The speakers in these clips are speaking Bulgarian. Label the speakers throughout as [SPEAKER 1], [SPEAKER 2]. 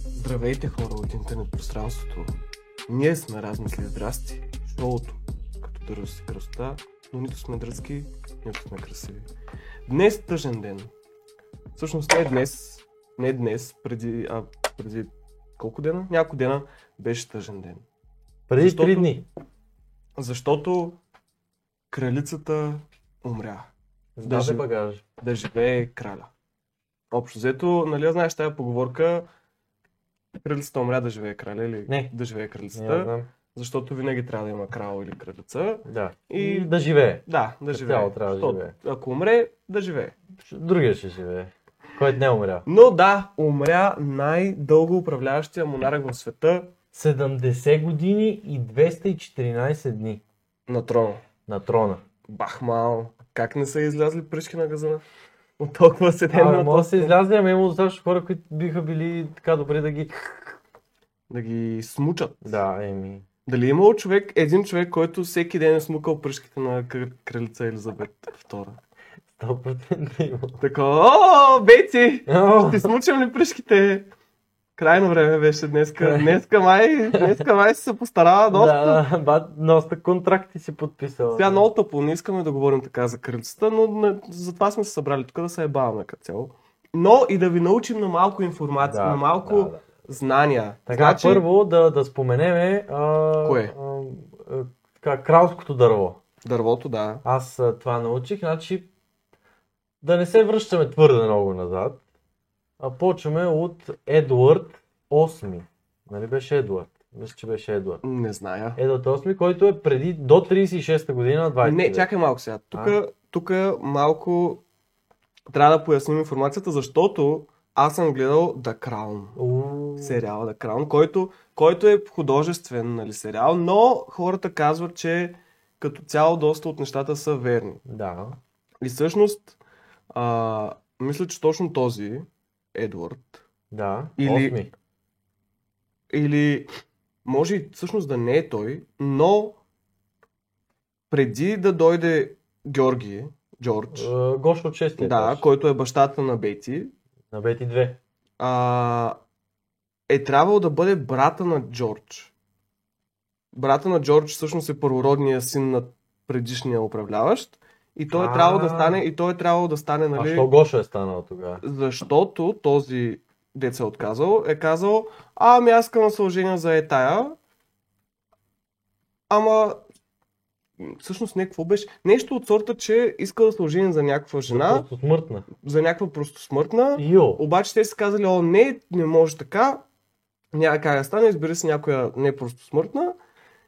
[SPEAKER 1] Здравейте хора от интернет пространството. Ние сме размисли здрасти, шоуто, като дърва си кръста, но нито сме дръзки, нито сме красиви. Днес е тъжен ден. Всъщност не е днес, не е днес, преди, а преди колко дена? Няколко дена беше тъжен ден.
[SPEAKER 2] Преди
[SPEAKER 1] Защото-
[SPEAKER 2] три дни.
[SPEAKER 1] Защото кралицата умря.
[SPEAKER 2] Даже
[SPEAKER 1] Даже-
[SPEAKER 2] багаж.
[SPEAKER 1] да живее краля. Общо взето, нали я знаеш тази поговорка, кралицата умря да живее краля или
[SPEAKER 2] Не.
[SPEAKER 1] да живее
[SPEAKER 2] Не я
[SPEAKER 1] кралицата,
[SPEAKER 2] знам.
[SPEAKER 1] защото винаги трябва да има крал или кралица.
[SPEAKER 2] Да.
[SPEAKER 1] И-
[SPEAKER 2] И да живее.
[SPEAKER 1] Да, да
[SPEAKER 2] Като
[SPEAKER 1] живее.
[SPEAKER 2] Е, цяло трябва да
[SPEAKER 1] Защото
[SPEAKER 2] живее.
[SPEAKER 1] Ако умре, да живее.
[SPEAKER 2] Другия ще живее. Който не е умря.
[SPEAKER 1] Но да, умря най-дълго управляващия монарх в света
[SPEAKER 2] 70 години и 214 дни
[SPEAKER 1] на трона.
[SPEAKER 2] на трона.
[SPEAKER 1] Бахмал, как не са излязли пръчки на газана? От толкова седем
[SPEAKER 2] Абе,
[SPEAKER 1] на
[SPEAKER 2] може да
[SPEAKER 1] този
[SPEAKER 2] се излязли, ама има достатъчно хора, които биха били така добри да ги...
[SPEAKER 1] Да ги смучат.
[SPEAKER 2] Да, еми.
[SPEAKER 1] Дали е имал човек, един човек, който всеки ден е смукал пръшките на кр- кралица Елизабет II?
[SPEAKER 2] 100% има.
[SPEAKER 1] Така, о, Бети,
[SPEAKER 2] О,
[SPEAKER 1] ще смучам ли пръшките? Крайно време беше днеска.
[SPEAKER 2] Край.
[SPEAKER 1] Днеска май, днеска май се постарава доста.
[SPEAKER 2] Да, да, бат, доста контракти си подписал.
[SPEAKER 1] Сега много тъпо, не искаме да говорим така за кралицата, но на... затова сме се събрали тук да се ебаваме като цяло. Но и да ви научим на малко информация, на малко
[SPEAKER 2] да, да.
[SPEAKER 1] знания. Значи,
[SPEAKER 2] Така, първо да, да споменеме... А,
[SPEAKER 1] Кое?
[SPEAKER 2] А, а, така, кралското дърво.
[SPEAKER 1] Дървото, да.
[SPEAKER 2] Аз а, това научих, значи да не се връщаме твърде много назад, а почваме от Едуард VIII. Нали беше Едуард? Мисля, че беше Едуард.
[SPEAKER 1] Не зная.
[SPEAKER 2] Едуард VIII, който е преди до 36-та година, 20
[SPEAKER 1] Не, чакай малко сега. Тук,
[SPEAKER 2] А.
[SPEAKER 1] тук малко трябва да поясним информацията, защото аз съм гледал The Crown.
[SPEAKER 2] Уу,
[SPEAKER 1] сериала The Crown, който, който е художествен нали, сериал, но хората казват, че като цяло доста от нещата са верни.
[SPEAKER 2] Да.
[SPEAKER 1] И всъщност, а, мисля, че точно този, Едвард,
[SPEAKER 2] Да,
[SPEAKER 1] Или-
[SPEAKER 2] Осми.
[SPEAKER 1] или може и всъщност да не е той, но преди да дойде Георги, Джордж,
[SPEAKER 2] Е, Гошо от 6
[SPEAKER 1] да, който е бащата на Бети,
[SPEAKER 2] На Бети 2.
[SPEAKER 1] а, е трябвало да бъде брата на Джордж. Брата на Джордж всъщност е първородния син на предишния управляващ и той е
[SPEAKER 2] А.
[SPEAKER 1] трябвало да стане, и той е трябвало да стане,
[SPEAKER 2] А
[SPEAKER 1] нали,
[SPEAKER 2] що Гошо е станал тогава?
[SPEAKER 1] защото този дет се е отказал, е казал, а, ами аз искам да се оженя за етая, ама всъщност не, какво беше? Нещо от сорта, че иска да се ожени за някаква жена,
[SPEAKER 2] Просто смъртна.
[SPEAKER 1] за някаква простосмъртна.
[SPEAKER 2] Йо.
[SPEAKER 1] Обаче те са казали, о, не, не може така. Няма как да стане, избери си някоя не е просто смъртна.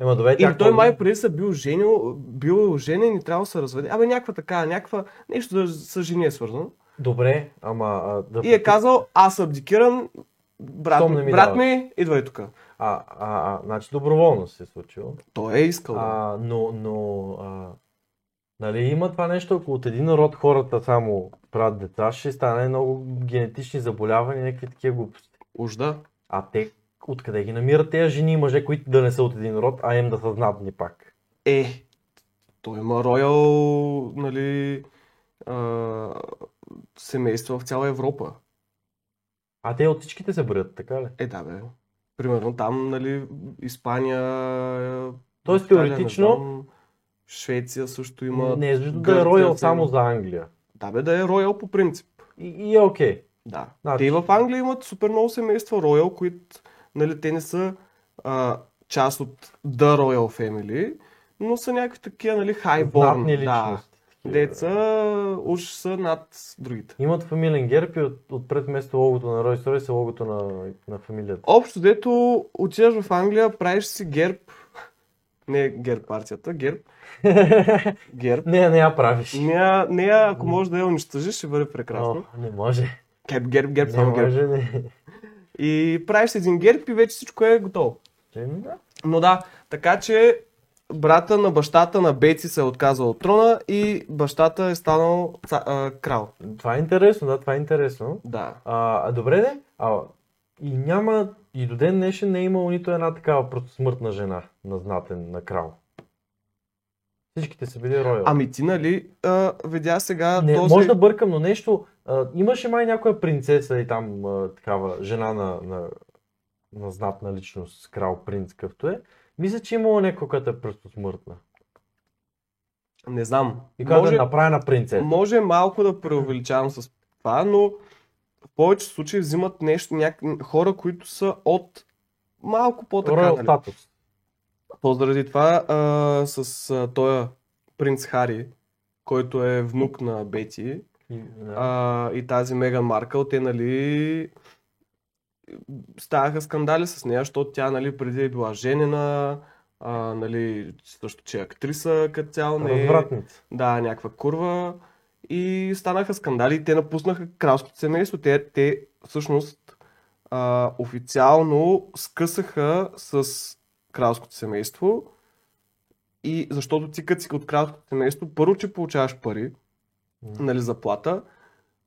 [SPEAKER 2] Ема добре,
[SPEAKER 1] Или
[SPEAKER 2] тя
[SPEAKER 1] той
[SPEAKER 2] какво-
[SPEAKER 1] май преди са бил женил, бил е женен и трябва да се разведе. Абе някаква така, някаква, нещо да с жени е свързано.
[SPEAKER 2] Добре, ама... А, да
[SPEAKER 1] И е казал, аз абдикирам, брат,
[SPEAKER 2] Щом
[SPEAKER 1] ми,
[SPEAKER 2] не ми
[SPEAKER 1] брат
[SPEAKER 2] дават.
[SPEAKER 1] ми, идвай тук.
[SPEAKER 2] А, а, а, значи доброволно се е случило.
[SPEAKER 1] Той е искал. да.
[SPEAKER 2] А, но, но а, нали има това нещо, ако от един народ хората само правят деца, ще стане много генетични заболявания, някакви такива глупости.
[SPEAKER 1] Уж да.
[SPEAKER 2] А те откъде ги намират тези жени и мъже, които да не са от един род, а им да са знатни пак?
[SPEAKER 1] Е, той има роял, нали, а, семейство в цяла Европа.
[SPEAKER 2] А те от всичките се броят, така ли?
[SPEAKER 1] Е, да, бе. Примерно там, нали, Испания. е,
[SPEAKER 2] Тоест,
[SPEAKER 1] Италия, не
[SPEAKER 2] теоретично-
[SPEAKER 1] знам, Швеция също има.
[SPEAKER 2] Не е защото да
[SPEAKER 1] Гърция,
[SPEAKER 2] е роял
[SPEAKER 1] Северна-
[SPEAKER 2] само за Англия.
[SPEAKER 1] Да, бе, да е роял по принцип.
[SPEAKER 2] И, и е окей.
[SPEAKER 1] Да.
[SPEAKER 2] Значи-
[SPEAKER 1] Те и в Англия имат супер много семейства роял, които, нали, те не са а, част от The Royal Family, но са някакви такива, нали, хайборн.
[SPEAKER 2] Знатни
[SPEAKER 1] Да.
[SPEAKER 2] личности. такива.
[SPEAKER 1] Деца уж са над другите.
[SPEAKER 2] Имат фамилен герб и от, отпред вместо логото на Ройс Ройс е логото на, на фамилията.
[SPEAKER 1] Общо дето отиваш в Англия, правиш си герб. Не герб партията, герб. Герб.
[SPEAKER 2] Не, не я правиш.
[SPEAKER 1] Нея, нея, ако може да я унищожиш, ще бъде прекрасно.
[SPEAKER 2] О, не може.
[SPEAKER 1] Кеп, герб, герб,
[SPEAKER 2] Не
[SPEAKER 1] само герб.
[SPEAKER 2] може, не.
[SPEAKER 1] И правиш един герб и вече всичко е готово.
[SPEAKER 2] Еми, да.
[SPEAKER 1] Но да, така че брата на бащата на Беци се е отказал от трона и бащата е станал ца, а, крал.
[SPEAKER 2] Това е интересно, да, това е интересно.
[SPEAKER 1] Да.
[SPEAKER 2] А, а добре де, а, и няма, и до ден днешен не е имало нито една такава протосмъртна жена на знатен, на крал. Всичките са били роял.
[SPEAKER 1] Ами ти, нали, а, видя сега
[SPEAKER 2] не,
[SPEAKER 1] този...
[SPEAKER 2] Може да бъркам, но нещо, а, имаше май някоя принцеса и там а, такава жена на, на, на знатна личност, крал, принц, какъвто е, мисля, че имало някой, който е пръстосмъртна.
[SPEAKER 1] Не знам.
[SPEAKER 2] И как да направи на принцеса.
[SPEAKER 1] Може малко да преувеличавам с това, но в повечето случаи взимат нещо, няк... хора, които са от малко по-така.
[SPEAKER 2] Роял
[SPEAKER 1] Нали?
[SPEAKER 2] статус.
[SPEAKER 1] То заради това а, с а, тоя принц Хари, който е внук на Бети
[SPEAKER 2] И, да.
[SPEAKER 1] а, и тази Меган Маркъл, те нали ставаха скандали с нея, защото тя нали преди е била женена, а, нали също че е актриса като цяло не е.
[SPEAKER 2] Развратница.
[SPEAKER 1] Да, някаква курва. И станаха скандали. и Те напуснаха кралското семейство. Те, те всъщност а, официално скъсаха с кралското семейство. И защото ти като си от кралското семейство, първо, че получаваш пари,
[SPEAKER 2] М.
[SPEAKER 1] нали, заплата,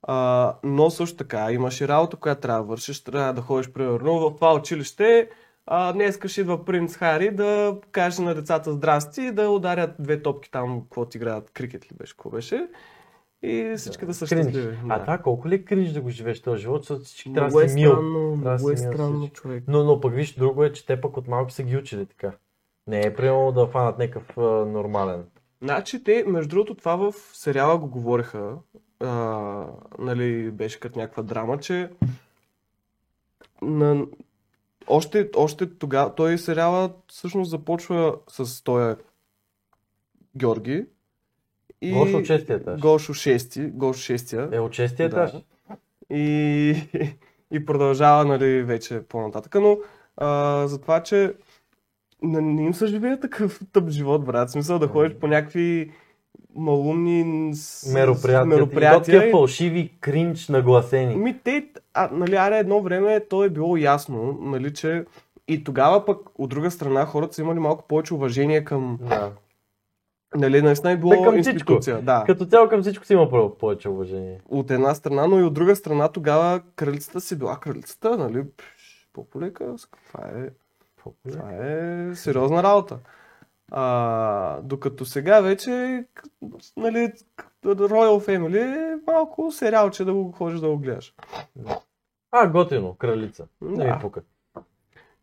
[SPEAKER 1] а, но също така имаш и работа, която трябва да вършиш, трябва да ходиш примерно в това училище. А, днеска ще идва принц Хари да каже на децата здрасти и да ударят две топки там, какво ти играят, крикет ли беше, какво беше. И всички да, са
[SPEAKER 2] Кринж.
[SPEAKER 1] щастливи.
[SPEAKER 2] А това колко ли е кринж да го живееш този живот, защото всички трябва
[SPEAKER 1] много
[SPEAKER 2] да
[SPEAKER 1] е
[SPEAKER 2] си мил.
[SPEAKER 1] странно,
[SPEAKER 2] Трябва да
[SPEAKER 1] много е
[SPEAKER 2] си мил
[SPEAKER 1] странно
[SPEAKER 2] всички.
[SPEAKER 1] човек.
[SPEAKER 2] Но, но пък виж, друго е, че те пък от малки са ги учили така. Не е приемало да фанат някакъв а, нормален.
[SPEAKER 1] Значи те, между другото, това в сериала го говориха, а, нали, беше като някаква драма, че на... още, още тогава, той сериала всъщност започва с този Георги и
[SPEAKER 2] Гошо честия етаж.
[SPEAKER 1] Гошо 6, Гошо 6
[SPEAKER 2] Е, от честия
[SPEAKER 1] Да.
[SPEAKER 2] етаж.
[SPEAKER 1] и, и продължава нали, вече по-нататък. Но а, за това, че не, не им се живее такъв тъп живот, брат. В смисъл да ходиш по някакви малумни с-
[SPEAKER 2] Мероприятия. И то
[SPEAKER 1] мероприятия.
[SPEAKER 2] такива
[SPEAKER 1] и-
[SPEAKER 2] фалшиви кринч нагласени.
[SPEAKER 1] Ми, те, а, нали, аре, едно време то е било ясно, нали, че и тогава пък, от друга страна, хората са имали малко повече уважение към,
[SPEAKER 2] Да.
[SPEAKER 1] нали, наистина е било
[SPEAKER 2] Та към всичко.
[SPEAKER 1] институция. Да.
[SPEAKER 2] Като цяло към всичко си има право повече уважение.
[SPEAKER 1] От една страна, но и от друга страна, тогава кралицата си била кралицата, нали, пш, по-полека, това е
[SPEAKER 2] Какво е?
[SPEAKER 1] Това е сериозна работа. А, докато сега вече, к- нали, к- Royal Family е малко сериалче да го ходиш да го гледаш.
[SPEAKER 2] А, готино, кралица. Не ми
[SPEAKER 1] Да.
[SPEAKER 2] пука.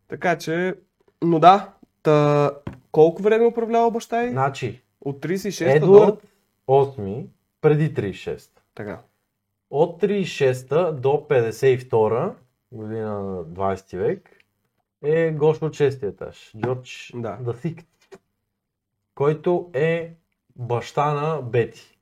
[SPEAKER 1] Така че, но да, та, колко време управлява баща й?
[SPEAKER 2] Значи,
[SPEAKER 1] От 36-та Е, до...
[SPEAKER 2] Едуард 8 преди 36.
[SPEAKER 1] Така.
[SPEAKER 2] От 36-та до 52-та година на 20 век е Гошо от шестия етаж. Джордж
[SPEAKER 1] Да.
[SPEAKER 2] The Sixth, който е баща на Бети.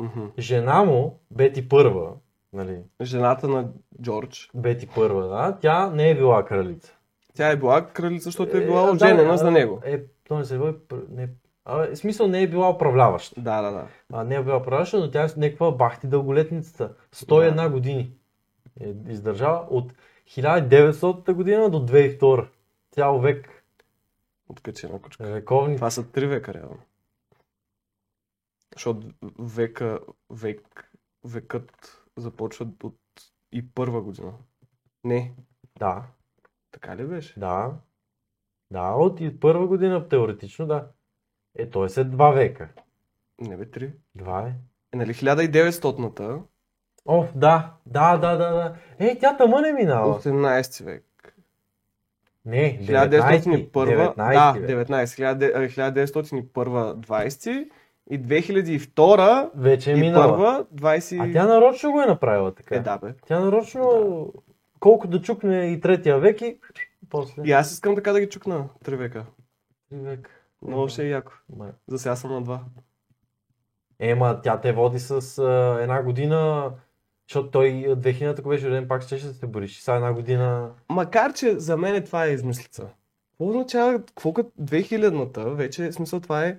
[SPEAKER 1] Мгм.
[SPEAKER 2] Жена му, Бети Първа, нали,
[SPEAKER 1] Жената на Джордж.
[SPEAKER 2] Бети Първа, да, тя не е била кралица.
[SPEAKER 1] Тя е била кралица, защото е
[SPEAKER 2] Е,
[SPEAKER 1] била
[SPEAKER 2] да,
[SPEAKER 1] оженена
[SPEAKER 2] а,
[SPEAKER 1] за него.
[SPEAKER 2] Е, то не се била, пр- не, а, в смисъл не е била управляваща.
[SPEAKER 1] Да, да, да.
[SPEAKER 2] А, не е била управляваща, но тя е с някаква бахти дълголетницата. 101 години е издържала от 1900 година до 2002. Цял век.
[SPEAKER 1] Откачена кучка.
[SPEAKER 2] Вековни.
[SPEAKER 1] Това са три века, реално. Защото века, век, векът започва от и първа година. Не,
[SPEAKER 2] Да,
[SPEAKER 1] така ли беше?
[SPEAKER 2] да. Да, от и първа година теоретично, да. Е, той след два века.
[SPEAKER 1] Не бе, три.
[SPEAKER 2] Два е.
[SPEAKER 1] Е, нали 1900-та,
[SPEAKER 2] О, да, да, да, да, да. Е, тя тъма не минава.
[SPEAKER 1] 18 век.
[SPEAKER 2] Не, 19,
[SPEAKER 1] 1901,
[SPEAKER 2] 19,
[SPEAKER 1] да, е,
[SPEAKER 2] бе.
[SPEAKER 1] 19, 1901, 20 и 2002
[SPEAKER 2] Вече е
[SPEAKER 1] и
[SPEAKER 2] минала.
[SPEAKER 1] първа, 20...
[SPEAKER 2] А тя нарочно го е направила така.
[SPEAKER 1] Е, да, бе.
[SPEAKER 2] Тя нарочно, колко да чукне и третия век и после.
[SPEAKER 1] И аз искам така да ги чукна, три века.
[SPEAKER 2] Три век.
[SPEAKER 1] Много ще е яко.
[SPEAKER 2] Ма-
[SPEAKER 1] За сега съм на два.
[SPEAKER 2] Ема, тя те води с а, една година, защото той 2000-та, ако беше роден, пак щеше да се бориш. Сега една година...
[SPEAKER 1] Макар, че за мен това е измислица. Какво означава, какво като 2000-та вече, в смисъл това е...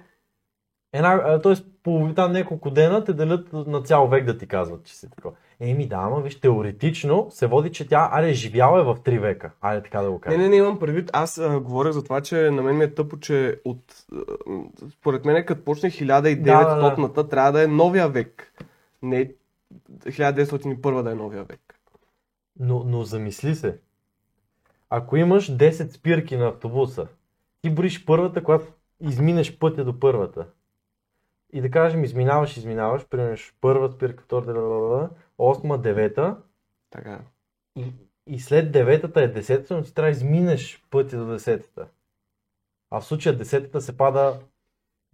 [SPEAKER 2] Една, а, тоест, половита няколко дена те делят на цял век да ти казват, че си такова. Еми да, ама виж, теоретично се води, че тя, аре, живяла е в три века. Аре, така да го
[SPEAKER 1] Не,
[SPEAKER 2] кажем.
[SPEAKER 1] не, не имам предвид, аз а, говоря за това, че на мен ми е тъпо, че от... а, м, Според мен, като почне 1900-та,
[SPEAKER 2] Да,
[SPEAKER 1] трябва да е новия век. Не 1901 да е новия век.
[SPEAKER 2] Но, но замисли се. Ако имаш 10 спирки на автобуса, ти бориш първата, когато изминеш пътя до първата. И да кажем, изминаваш, изминаваш, примерно първа спирка, втора, да, да, да, да, осма, девета
[SPEAKER 1] Така.
[SPEAKER 2] и И след деветата е десетата, но ти трябва да изминеш пътя до десетата. А в случая десетата се пада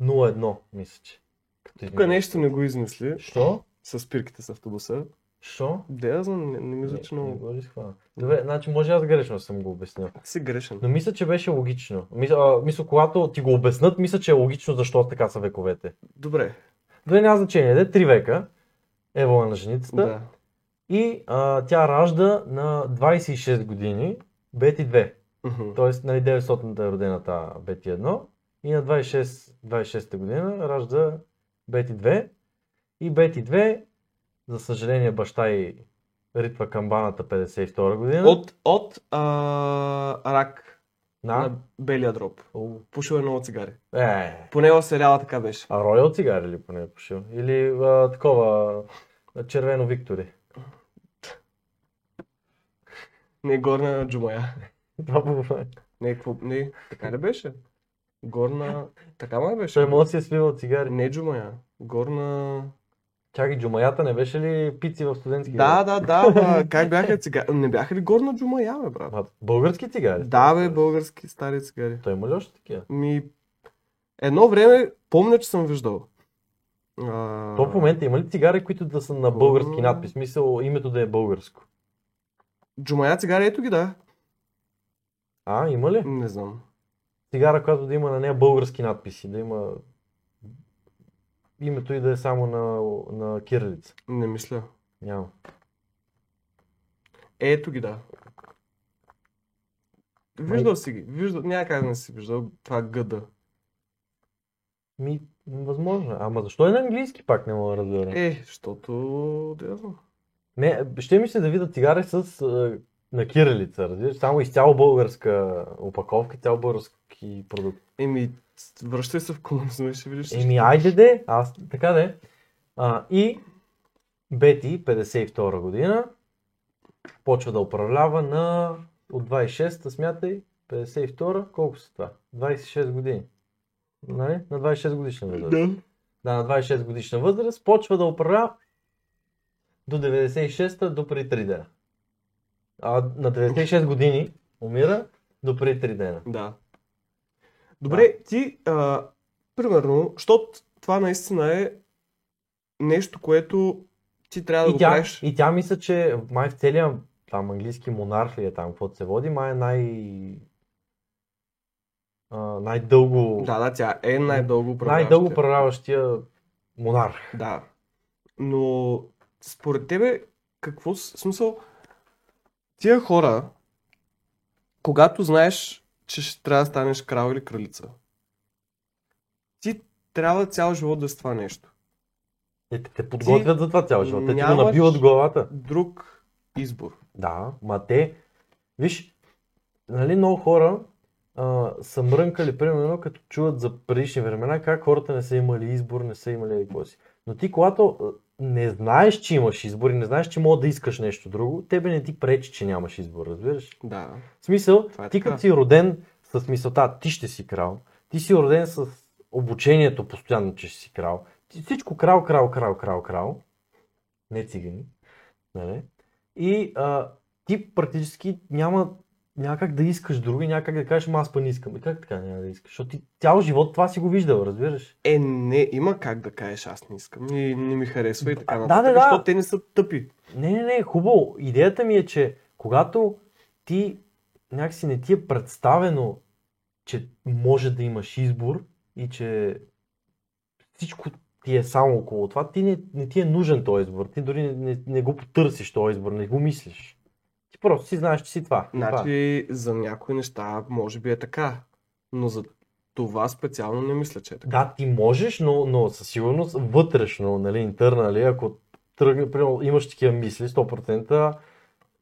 [SPEAKER 2] 0-1, мисля, че. Като
[SPEAKER 1] Тук е
[SPEAKER 2] изминеш.
[SPEAKER 1] нещо не го измисли
[SPEAKER 2] Що?
[SPEAKER 1] с спирките с автобуса.
[SPEAKER 2] Що?
[SPEAKER 1] Да, я знам, не, не ми звучи
[SPEAKER 2] Не, не
[SPEAKER 1] много.
[SPEAKER 2] го ли схвана? Добре, значи може аз грешно съм го обяснил.
[SPEAKER 1] Ти си грешен.
[SPEAKER 2] Но мисля, че беше логично. Мисля, а, мисля, когато ти го обяснат, мисля, че е логично защо така са вековете.
[SPEAKER 1] Добре.
[SPEAKER 2] Добре, няма значение. Де три века е воля на женицата.
[SPEAKER 1] Да.
[SPEAKER 2] И а, тя ражда на 26 години Бети 2.
[SPEAKER 1] Мгм.
[SPEAKER 2] Тоест, нали, 900-та е родена та Бети 1. И на 26, 26-та година ражда Бети 2. И Бети 2, за съжаление, баща й ритва камбаната 52 година.
[SPEAKER 1] От, от а, рак
[SPEAKER 2] На...
[SPEAKER 1] на белия дроб.
[SPEAKER 2] О,
[SPEAKER 1] Пушил е много цигари.
[SPEAKER 2] Е,
[SPEAKER 1] Поне в сериала така беше.
[SPEAKER 2] А Роял цигари ли поне е пушил? Или а, такова а, червено Виктори?
[SPEAKER 1] Не горна Джумая.
[SPEAKER 2] Това по време.
[SPEAKER 1] Не, какво, не, така ли беше? Горна... Така май
[SPEAKER 2] Той
[SPEAKER 1] беше?
[SPEAKER 2] може да си е свивал цигари.
[SPEAKER 1] Не Джумая. Горна...
[SPEAKER 2] Чакай, джумаята не беше ли пици в студентски
[SPEAKER 1] Да, да, да, ба, как бяха цигари? Не бяха ли горна Джумая, бе, брат?
[SPEAKER 2] А, български цигари?
[SPEAKER 1] Да, бе, български стари цигари.
[SPEAKER 2] Той има ли още такива?
[SPEAKER 1] Ми... Едно време помня, че съм виждал. А...
[SPEAKER 2] То в момента има ли цигари, които да са на български надпис? Мисъл, името да е българско.
[SPEAKER 1] Джумая цигари, ето ги, да.
[SPEAKER 2] А, има ли?
[SPEAKER 1] Не знам.
[SPEAKER 2] Цигара, която да има на нея български надписи, да има името и да е само на, на кирилица.
[SPEAKER 1] Не мисля.
[SPEAKER 2] Няма.
[SPEAKER 1] Ето ги, да. Виждал си ги. Виждал... Няма как да не си виждал това гъда.
[SPEAKER 2] Ми, възможно. Ама защо е на английски пак не мога да разбера?
[SPEAKER 1] Е, защото... Да я знам.
[SPEAKER 2] Не, ще ми се да видя цигари с а, на кирилица, разбираш, само изцяло българска опаковка, цял български продукт.
[SPEAKER 1] Еми, с- връщай се в комунизма и ще видиш всичко.
[SPEAKER 2] Еми, айде де, аз така де. А, и Бети, 52 година, почва да управлява на от 26-та, смятай, 52-та, колко са това? 26 години. Нали? На 26 годишна възраст.
[SPEAKER 1] Да.
[SPEAKER 2] Да, на 26 годишна възраст, почва да управлява до 96-та, до преди 3 дена. А на 96 години умира до преди 3 дена.
[SPEAKER 1] Да. Добре, ти, а, примерно, защото това наистина е нещо, което ти трябва да
[SPEAKER 2] И
[SPEAKER 1] го
[SPEAKER 2] тя, е
[SPEAKER 1] правиш.
[SPEAKER 2] и тя мисля, че май в целия там английски монарх ли е там, каквото се води, май е най... А, най-дълго...
[SPEAKER 1] Да, да, тя е най-дълго управляващия.
[SPEAKER 2] най-дълго управляващия монарх.
[SPEAKER 1] Да. Но според тебе, какво с- смисъл? Тия хора, когато знаеш, че ще трябва да станеш крал или кралица, ти трябва цял живот да си това нещо.
[SPEAKER 2] Те, те, те подготвят за това цял живот. Те ти го
[SPEAKER 1] нямаш-
[SPEAKER 2] набиват в главата.
[SPEAKER 1] Друг избор.
[SPEAKER 2] Да, ма те, виж, нали много хора а, са мрънкали, примерно, като чуват за предишни времена, как хората не са имали избор, не са имали еди си. Но ти, когато а, не знаеш, че имаш избор и не знаеш, че мога да искаш нещо друго, тебе не ти пречи, че нямаш избор, разбираш?
[SPEAKER 1] Да.
[SPEAKER 2] В смисъл,
[SPEAKER 1] Това е
[SPEAKER 2] ти
[SPEAKER 1] така.
[SPEAKER 2] като си роден с мисълта, ти ще си крал, ти си роден с обучението постоянно, че ще си крал, ти всичко крал, крал, крал, крал, крал, не цигани, нали? И а, ти практически няма някак да искаш друго и някак да кажеш, «Ма аз па не искам. И как така няма да искаш? Защото ти цял живот това си го виждал, разбираш?
[SPEAKER 1] Е, не, има как да кажеш, аз не искам. И не ми харесва и така
[SPEAKER 2] А, да,
[SPEAKER 1] нататък,
[SPEAKER 2] да, да.
[SPEAKER 1] защото те не са тъпи.
[SPEAKER 2] Не, не, не, хубаво. Идеята ми е, че когато ти някакси не ти е представено, че може да имаш избор и че всичко ти е само около това, ти не, не ти е нужен този избор. Ти дори не, не, не го потърсиш този избор, не го мислиш. Ти просто си знаеш, че си това. и това.
[SPEAKER 1] Значи, за някои неща може би е така, но за това специално не мисля, че е така.
[SPEAKER 2] Да, ти можеш, но, но със сигурност вътрешно, нали, интернали, ако тръгне, примерно, имаш такива мисли, 100%,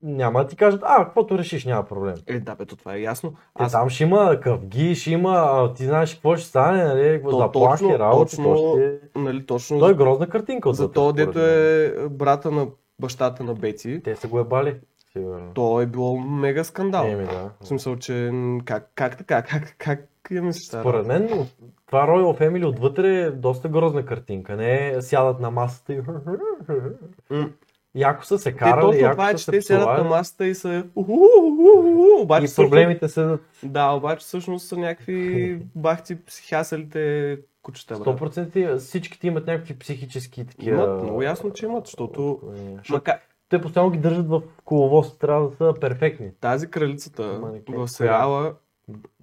[SPEAKER 2] няма да ти кажат, а, каквото решиш, няма проблем.
[SPEAKER 1] Е, да, бе, то това е ясно.
[SPEAKER 2] Е,
[SPEAKER 1] Аз
[SPEAKER 2] там ще има къвги, ще има, а, ти знаеш какво ще стане, нали, какво
[SPEAKER 1] То
[SPEAKER 2] заплахи,
[SPEAKER 1] точно-
[SPEAKER 2] работи,
[SPEAKER 1] точно-
[SPEAKER 2] какво ще...
[SPEAKER 1] Нали, точно
[SPEAKER 2] Той е грозна картинка от
[SPEAKER 1] за
[SPEAKER 2] вътре,
[SPEAKER 1] то,
[SPEAKER 2] според
[SPEAKER 1] дето
[SPEAKER 2] мен.
[SPEAKER 1] е брата на бащата на Бети,
[SPEAKER 2] Те са го ебали, сигурно.
[SPEAKER 1] то е било мега скандал.
[SPEAKER 2] Еми, да.
[SPEAKER 1] В смисъл, че м, как, как така, как, как я мислиш? тази
[SPEAKER 2] Според мен, от- това Royal Family отвътре е доста грозна картинка. Не е сядат на масата и...
[SPEAKER 1] М.
[SPEAKER 2] Яко са се
[SPEAKER 1] Те
[SPEAKER 2] карали,
[SPEAKER 1] точно
[SPEAKER 2] яко
[SPEAKER 1] това е,
[SPEAKER 2] са
[SPEAKER 1] че
[SPEAKER 2] се
[SPEAKER 1] те седят на
[SPEAKER 2] псували
[SPEAKER 1] масата и са уху, уху, уху, обаче
[SPEAKER 2] и
[SPEAKER 1] всъщност-
[SPEAKER 2] проблемите са
[SPEAKER 1] Да, обаче всъщност са някакви бахти психиасалите кучета, брат.
[SPEAKER 2] 100% всичките имат някакви психически такива...
[SPEAKER 1] Имат, много ясно, че имат, защото
[SPEAKER 2] Е,
[SPEAKER 1] Мака...
[SPEAKER 2] Те постоянно ги държат в коловоз, трябва да са перфектни.
[SPEAKER 1] тази кралицата
[SPEAKER 2] Манекен.
[SPEAKER 1] в сериала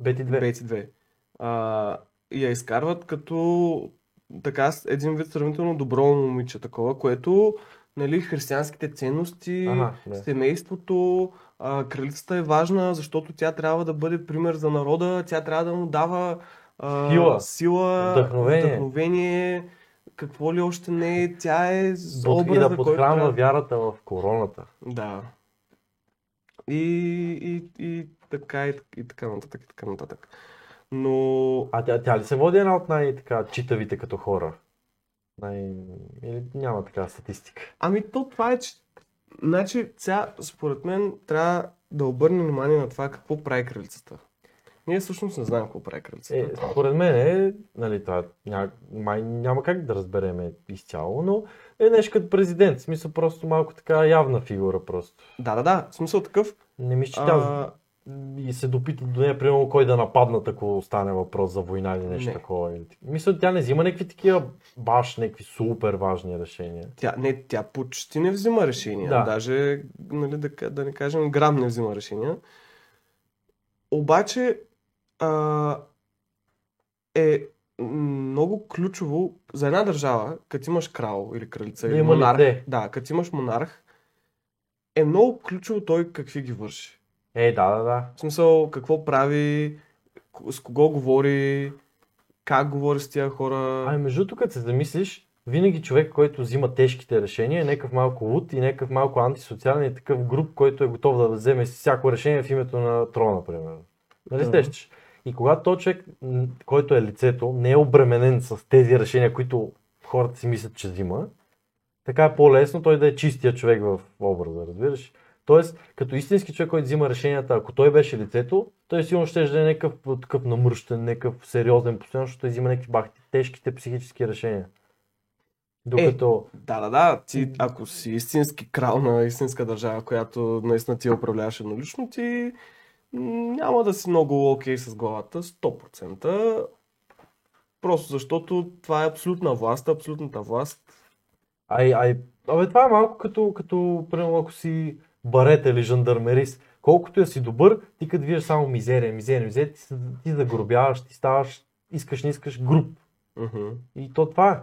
[SPEAKER 2] Бети две.
[SPEAKER 1] BT2 а, я изкарват като така с един вид сравнително добро момиче такова, което нали, християнските ценности,
[SPEAKER 2] Ага, да.
[SPEAKER 1] семейството, а, кралицата е важна, защото тя трябва да бъде пример за народа, тя трябва да му дава а,
[SPEAKER 2] Сила.
[SPEAKER 1] сила
[SPEAKER 2] Вдъхновение.
[SPEAKER 1] вдъхновение, какво ли още не е, тя е с
[SPEAKER 2] Да- И
[SPEAKER 1] образа,
[SPEAKER 2] да
[SPEAKER 1] който
[SPEAKER 2] подхранва
[SPEAKER 1] трябва...
[SPEAKER 2] вярата в короната.
[SPEAKER 1] Да. И, и, и така, и, и така нататък, и така нататък. Но
[SPEAKER 2] А тя, тя ли се води една от най-така читавите като хора? Най... Или няма такава статистика?
[SPEAKER 1] Ами то това е, че... Значи, сега, според мен, трябва да обърнем внимание на това какво прави кралицата. Ние всъщност не знаем какво прави кралицата.
[SPEAKER 2] Е, според мен е, нали, това ня, май, няма как да разбереме изцяло, но е нещо като президент. В смисъл просто малко така явна фигура просто.
[SPEAKER 1] Да, да, да, в смисъл такъв.
[SPEAKER 2] Не мисля, че тя
[SPEAKER 1] А,
[SPEAKER 2] и се допита до нея, примерно, кой да нападнат, ако стане въпрос за война или нещо
[SPEAKER 1] Не.
[SPEAKER 2] такова. Или... так- Мисля, тя не взима някакви такива баш, някакви супер важни решения.
[SPEAKER 1] тя, не, тя почти не взима решения.
[SPEAKER 2] Да.
[SPEAKER 1] Даже, нали, да, ка- да не кажем, грам не взима решения. Обаче, а, е много ключово за една държава, като имаш крал или кралица,
[SPEAKER 2] Да
[SPEAKER 1] или
[SPEAKER 2] има
[SPEAKER 1] монарх,
[SPEAKER 2] лице.
[SPEAKER 1] да, като имаш монарх, е много ключово той какви ги върши.
[SPEAKER 2] Е, да, да, да.
[SPEAKER 1] В смисъл, какво прави, к- с кого говори, как говори с тия хора.
[SPEAKER 2] А между другото, като се замислиш, винаги човек, който взима тежките решения, е някакъв малко луд и някакъв малко антисоциален и такъв груп, който е готов да вземе всяко решение в името на трона, например. Нали
[SPEAKER 1] Да.
[SPEAKER 2] сещаш? И когато този човек, м, който е лицето, не е обременен с тези решения, които хората си мислят, че взима, така е по-лесно той да е чистия човек в образа, разбираш? Тоест, като истински човек, който взима решенията, ако той беше лицето, той сигурно ще да е някакъв такъв намръщен, някакъв сериозен постоянно, защото той взима някакви бахти, тежките психически решения. Докато
[SPEAKER 1] Да, да, да. Ти, ако си истински крал на истинска държава, която наистина ти я управляваш еднолично, ти м, няма да си много окей с главата, 100%. Просто защото това е абсолютна власт, абсолютната власт.
[SPEAKER 2] Ай, ай, абе, това е малко като, като примерно, ако си барет или жандармерист. Колкото я си добър, ти като виждаш само мизерия, мизерия, мизерия, ти, се- ти загробяваш, ти ставаш, искаш, не искаш, груб.
[SPEAKER 1] Мгм.
[SPEAKER 2] И то това е.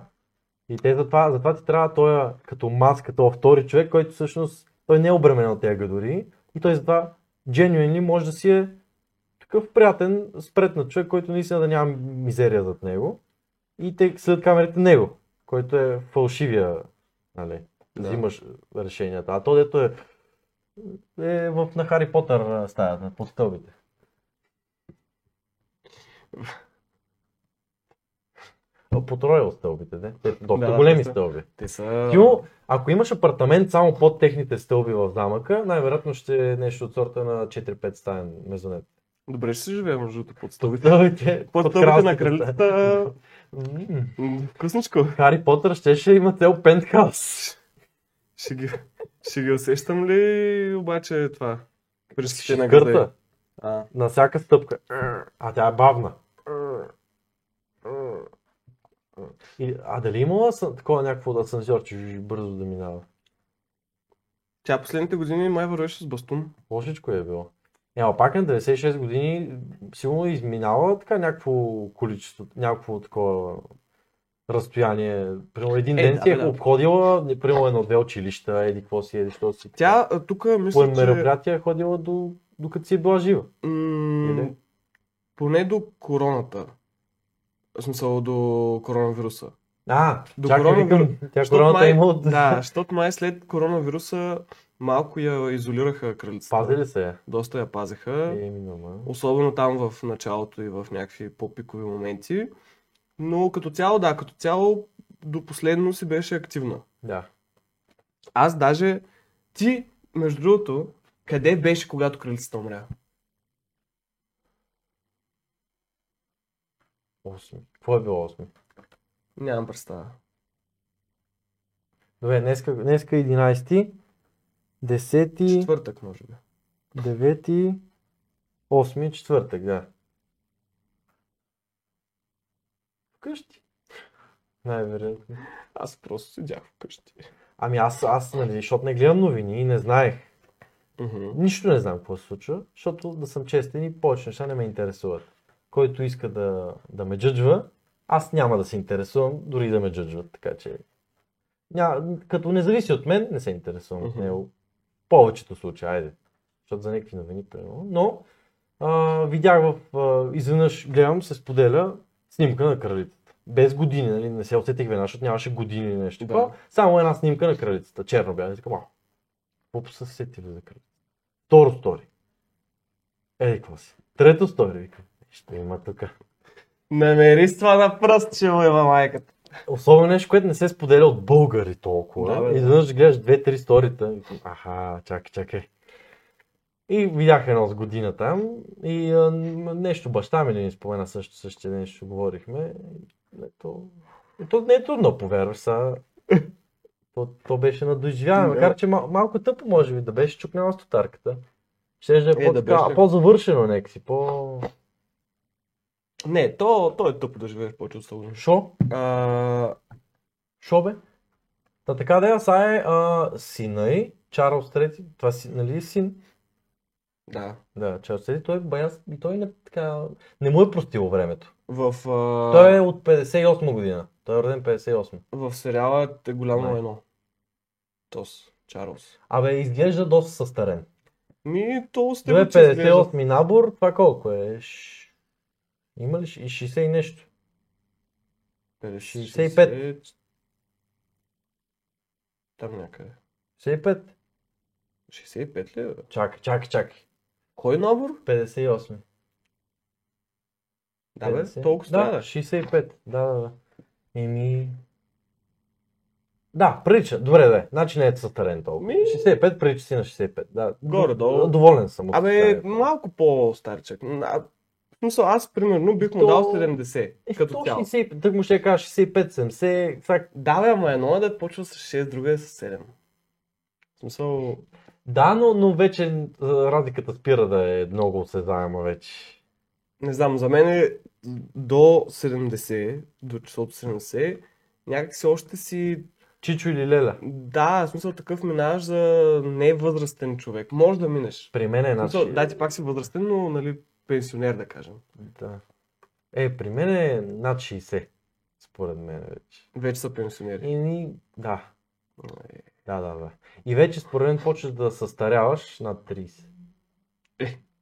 [SPEAKER 2] И те затова, затова ти трябва той като маска, като втори човек, който всъщност той не е обременен от тези гадори. И той затова genuinely може да си е такъв приятен, спретнат човек, който наистина да няма мизерия зад него. И те след камерите него, който е фалшивия, нали,
[SPEAKER 1] Да.
[SPEAKER 2] взимаш решенията. А то дето е, е в, на Хари Потър а, стаята, под стълбите. А, Под Роял стълбите, не? Те са доста
[SPEAKER 1] Да, да,
[SPEAKER 2] големи
[SPEAKER 1] те са.
[SPEAKER 2] стълби.
[SPEAKER 1] Те са...
[SPEAKER 2] Тю, ако имаш апартамент само под техните стълби в замъка, най-вероятно ще е нещо от сорта на 4-5 стаен мезонет. е
[SPEAKER 1] Добре ще си живеем, между другото, под
[SPEAKER 2] Под
[SPEAKER 1] стълбите.
[SPEAKER 2] стълбите,
[SPEAKER 1] Под стълбите на
[SPEAKER 2] кралската
[SPEAKER 1] кралицата.
[SPEAKER 2] стая. М,
[SPEAKER 1] М, Вкусничко.
[SPEAKER 2] Хари Потър ще, ще има цел пентхаус.
[SPEAKER 1] Ще ги, ще ги усещам ли обаче това? Пръските на гърда.
[SPEAKER 2] Кърта,
[SPEAKER 1] А,
[SPEAKER 2] на всяка стъпка. А тя е бавна. И, а дали имала съ- такова някакво асансьор, че жж, бързо да минава?
[SPEAKER 1] Тя последните години май вървеше с бастун.
[SPEAKER 2] Лошичко е било. Няма, пак на 96 години сигурно е изминала така някакво количество, някакво такова разстояние. Примерно един
[SPEAKER 1] Е,
[SPEAKER 2] ден
[SPEAKER 1] да,
[SPEAKER 2] си е
[SPEAKER 1] бе, да.
[SPEAKER 2] обходила, не, примерно едно-две училища, еди какво си, еди що си.
[SPEAKER 1] Тя тук
[SPEAKER 2] по
[SPEAKER 1] мисля, че
[SPEAKER 2] мероприятия е ходила до, докато си е била жива.
[SPEAKER 1] м-
[SPEAKER 2] Или?
[SPEAKER 1] поне до короната. В смисъл до коронавируса.
[SPEAKER 2] А,
[SPEAKER 1] До
[SPEAKER 2] чакай,
[SPEAKER 1] коронавирус.
[SPEAKER 2] викам, тя
[SPEAKER 1] Защото
[SPEAKER 2] короната
[SPEAKER 1] май-
[SPEAKER 2] е има от...
[SPEAKER 1] Да, защото май след коронавируса малко я изолираха кралицата.
[SPEAKER 2] Пазили се. е.
[SPEAKER 1] Доста я пазеха.
[SPEAKER 2] Еми, нормално.
[SPEAKER 1] Особено там в началото и в някакви по-пикови моменти. Но като цяло, да, като цяло до последно си беше активна.
[SPEAKER 2] Да.
[SPEAKER 1] Аз даже... Ти, между другото, къде беше, когато кралицата умря?
[SPEAKER 2] Осми. Какво е било осми?
[SPEAKER 1] Нямам представа.
[SPEAKER 2] Добре, днеска, днеска е 11, 10,
[SPEAKER 1] Четвъртък, може би.
[SPEAKER 2] 9, 8, четвъртък, да. Вкъщи. Най-вероятно.
[SPEAKER 1] Аз просто седях вкъщи.
[SPEAKER 2] Ами аз, аз, нали, защото не гледам новини и не знаех.
[SPEAKER 1] Мгм.
[SPEAKER 2] Нищо не знам какво се случва, защото да съм честен и повече неща не ме интересуват. Който иска да, да ме джъджва, аз няма да се интересувам, дори да ме джъджват, така че... Ня, като не зависи от мен, не се интересувам от
[SPEAKER 1] Мгм.
[SPEAKER 2] него. В повечето случаи, айде. Защото за някакви новини, примерно. Но а, видях в... А, изведнъж гледам, се споделя снимка на кралицата. Без години, нали? Не се усетих веднага, защото нямаше години или нещо.
[SPEAKER 1] Да.
[SPEAKER 2] такова. Само една снимка на кралицата, черно-бяла. И така, вау. Какво са се сетили за кралицата? Второ стори. Ей, какво си? Трето стори, викам. Ще има тук.
[SPEAKER 1] Намери с това на пръст, че му има майката.
[SPEAKER 2] Особено нещо, което не се споделя от българи толкова.
[SPEAKER 1] Да,
[SPEAKER 2] Да,
[SPEAKER 1] бе, да.
[SPEAKER 2] и изведнъж гледаш две-три сторита. и викам, Аха, чакай, чакай. И видях едно с година там. И а, м- нещо баща ми не ми спомена също същия ден, ще говорихме. И Ето, и то не е трудно, да повярваш са. То, то беше на доживяване,
[SPEAKER 1] Да.
[SPEAKER 2] макар че мал, малко тъпо може би да беше чукнала стотарката. Ще да е,
[SPEAKER 1] Е,
[SPEAKER 2] по-
[SPEAKER 1] да
[SPEAKER 2] така,
[SPEAKER 1] беше.
[SPEAKER 2] по-завършено някакси, по...
[SPEAKER 1] Не, то, то е тъпо да живееш повече от 100 години.
[SPEAKER 2] Шо?
[SPEAKER 1] А,
[SPEAKER 2] Шо бе? Та така да е, са е а, сина и Чарлз Трети, това си, нали е син?
[SPEAKER 1] да.
[SPEAKER 2] Да, Чарлз Трети, той е бая, и той не, така, не му е простило времето.
[SPEAKER 1] В, а,
[SPEAKER 2] Той е от 58 година, той е роден 58.
[SPEAKER 1] в сериала е голямо
[SPEAKER 2] Май.
[SPEAKER 1] едно. Тос, Чарлз.
[SPEAKER 2] Абе, изглежда доста състарен.
[SPEAKER 1] Ми, то сте
[SPEAKER 2] Той е 58 набор, това колко е? Ш... Има ли ш- и 60 и нещо? 65.
[SPEAKER 1] Там някъде.
[SPEAKER 2] 65?
[SPEAKER 1] 65 ли? е, бе?
[SPEAKER 2] Чакай, чакай, чакай.
[SPEAKER 1] Кой набор?
[SPEAKER 2] 58.
[SPEAKER 1] Да, бе,
[SPEAKER 2] 50.
[SPEAKER 1] толкова
[SPEAKER 2] Да,
[SPEAKER 1] страдаш.
[SPEAKER 2] 65. Да, да, да. Еми... Да, прилича. Добре, да. е. Значи не е състарен толкова.
[SPEAKER 1] Ми-
[SPEAKER 2] 65, прилича си на 65. Да.
[SPEAKER 1] Горе-долу.
[SPEAKER 2] Д- Доволен съм от
[SPEAKER 1] Абе, е
[SPEAKER 2] състоянието.
[SPEAKER 1] малко по-старчък. А, В смисъл, аз примерно бих му
[SPEAKER 2] То-
[SPEAKER 1] дал 70
[SPEAKER 2] Е,
[SPEAKER 1] като
[SPEAKER 2] то
[SPEAKER 1] цяло.
[SPEAKER 2] 65, тък му ще кажа 65, 70, сега...
[SPEAKER 1] Да, бе, ама едно е да почва с 6, друга е с 7. В смисъл,
[SPEAKER 2] Да, но, но вече е, разликата спира да е много осезаема вече.
[SPEAKER 1] не знам, за мен е до 70, до числото 70, някакси още си,
[SPEAKER 2] Чичо или Леля?
[SPEAKER 1] да, в смисъл такъв минаваш за невъзрастен човек. Може да минеш.
[SPEAKER 2] При мен е
[SPEAKER 1] В
[SPEAKER 2] значи...
[SPEAKER 1] смисъл, да, ти пак си възрастен, но нали, пенсионер да кажем.
[SPEAKER 2] да. Е, при мен е над 60, според мен вече.
[SPEAKER 1] Вече са пенсионери.
[SPEAKER 2] И ни... Да, Да, да, да. И вече според мен почваш да състаряваш над 30.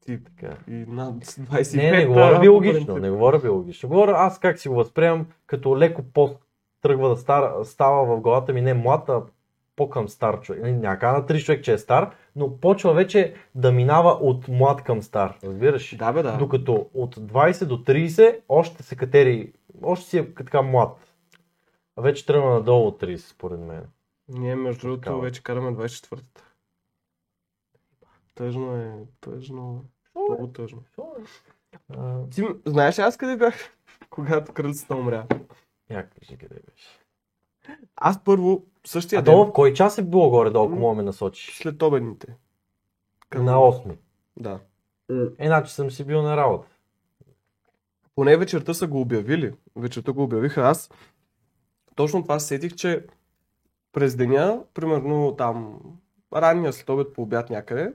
[SPEAKER 1] Ти
[SPEAKER 2] Така.
[SPEAKER 1] и нали? над 25.
[SPEAKER 2] Не, не говоря биологично, не говоря биологично. Говоря аз как си го възприемам, като леко по тръгва да стара, става в главата ми не млад, а по-към стар човек. Не, Някак на 3 човек, че е стар, но почва вече да минава от млад към стар. Разбираш?
[SPEAKER 1] Да, бе, да.
[SPEAKER 2] Докато от 20 до 30 още се катери, още си е така млад. А вече тръгна надолу от 30, според мен.
[SPEAKER 1] Ние, между другото,
[SPEAKER 2] Такава.
[SPEAKER 1] вече караме 24-та. Тъжно е, тъжно е. Много тъжно.
[SPEAKER 2] А,
[SPEAKER 1] Ти м- знаеш ли аз къде бях, когато кралицата умря?
[SPEAKER 2] я кажи къде беше.
[SPEAKER 1] Аз първо, същия
[SPEAKER 2] А
[SPEAKER 1] ден,
[SPEAKER 2] дома в кой час е било горе-долу, ако
[SPEAKER 1] М.
[SPEAKER 2] мога ме насочиш?
[SPEAKER 1] след обедните. Към-
[SPEAKER 2] На 8.
[SPEAKER 1] Да.
[SPEAKER 2] Е, значи съм си бил на работа.
[SPEAKER 1] Поне вечерта са го обявили. Вечерта го обявиха аз. Точно това се сетих, че през деня, примерно там, ранния след обед по обяд някъде,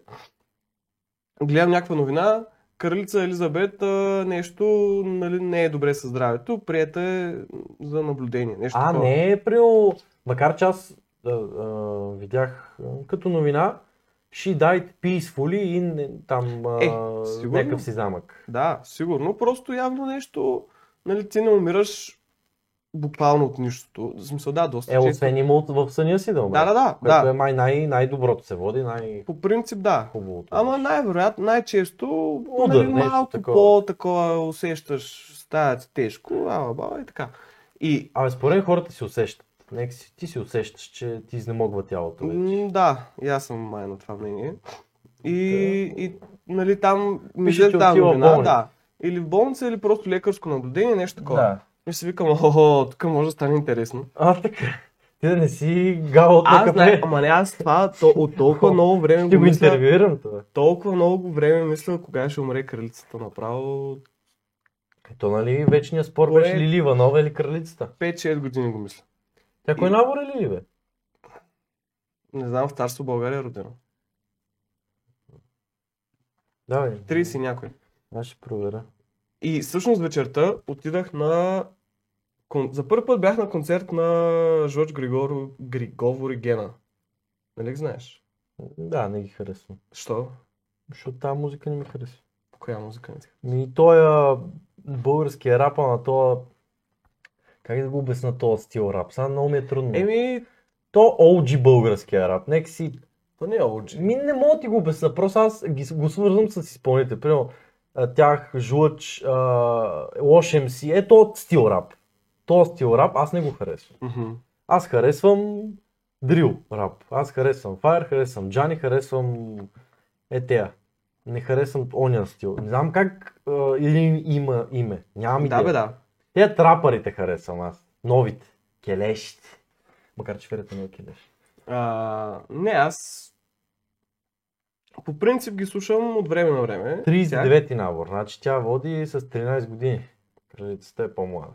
[SPEAKER 1] гледам някаква новина, кралица Елизабет а, нещо нали, не е добре със здравето, приета е за наблюдение. Нещо
[SPEAKER 2] А,
[SPEAKER 1] такова.
[SPEAKER 2] не е прил... Макар че аз а, а, видях а, като новина, she died peacefully и не- там а,
[SPEAKER 1] Е, сигурно.
[SPEAKER 2] някакъв си замък.
[SPEAKER 1] Да, сигурно. Просто явно нещо, нали, ти не умираш буквално от нищото. В смисъл, да, доста
[SPEAKER 2] Е, освен има от- в съня си да умре.
[SPEAKER 1] Да, да, да.
[SPEAKER 2] Което
[SPEAKER 1] да.
[SPEAKER 2] е май най- най-доброто се води, най-хубавото.
[SPEAKER 1] По принцип, да. Ама най-вероятно, най-често
[SPEAKER 2] Удар,
[SPEAKER 1] нали,
[SPEAKER 2] е нещо
[SPEAKER 1] малко
[SPEAKER 2] такова.
[SPEAKER 1] по-такова усещаш, става ти тежко, ала баба и така. И
[SPEAKER 2] Абе, според мен хората си усещат. Нека си, ти си усещаш, че ти изнемогва тялото вече.
[SPEAKER 1] м, да, и аз съм май на това мнение. И,
[SPEAKER 2] Да.
[SPEAKER 1] и нали там ми
[SPEAKER 2] Пише,
[SPEAKER 1] взе
[SPEAKER 2] че
[SPEAKER 1] тази
[SPEAKER 2] отива в
[SPEAKER 1] новина,
[SPEAKER 2] болница.
[SPEAKER 1] да. Или в болница, или просто лекарско наблюдение, нещо такова. И си викам, о, тук може да стане интересно.
[SPEAKER 2] А, така. Ти да не си гал от на
[SPEAKER 1] Аз знае,
[SPEAKER 2] кафе.
[SPEAKER 1] ама не аз това то, от толкова много време
[SPEAKER 2] Ще
[SPEAKER 1] го
[SPEAKER 2] го
[SPEAKER 1] мисля,
[SPEAKER 2] интервюирам това.
[SPEAKER 1] толкова много време мисля кога ще умре кралицата направо.
[SPEAKER 2] То нали вечният спор
[SPEAKER 1] Кое-
[SPEAKER 2] беше Лили Иванова или кралицата?
[SPEAKER 1] 5-6 години го мисля.
[SPEAKER 2] Тя кой набор е Лили бе?
[SPEAKER 1] Не знам, в царство България е родено.
[SPEAKER 2] Давай.
[SPEAKER 1] 30 и някой.
[SPEAKER 2] Аз ще проверя.
[SPEAKER 1] И всъщност вечерта отидах на... кон- За първи път бях на концерт на Жорж Григоро... Григово Ригена. Нали ги знаеш?
[SPEAKER 2] Да, не ги харесвам.
[SPEAKER 1] Що?
[SPEAKER 2] Защото тази музика не ми харесва.
[SPEAKER 1] Коя музика не ти?
[SPEAKER 2] Ми той а, българския рапа на тоя... Как да го обясна този стил рап? Сега много ми е трудно.
[SPEAKER 1] Еми,
[SPEAKER 2] То OG българския рап. Нека си...
[SPEAKER 1] то не е OG.
[SPEAKER 2] Ми не мога да ти го обясна. Просто аз ги, с- го свързвам с изпълнителите. Примерно а, тях, Жлъч, а, Лош МС. Е то стил рап. То стил рап аз не го харесвам.
[SPEAKER 1] Мгм.
[SPEAKER 2] Аз харесвам дрил рап. Аз харесвам Fire, харесвам Джани, харесвам е тея. Не харесвам ония стил. Не знам как а, или има име. Нямам идея.
[SPEAKER 1] Да, бе, да.
[SPEAKER 2] Те трапарите харесвам аз. Новите. Келещите. Макар че ферята не е келеш.
[SPEAKER 1] А, не, аз по принцип ги слушам от време на време. Тя е?
[SPEAKER 2] 39-ти набор. Значи тя води с 13 години. Кралицата е по-млада.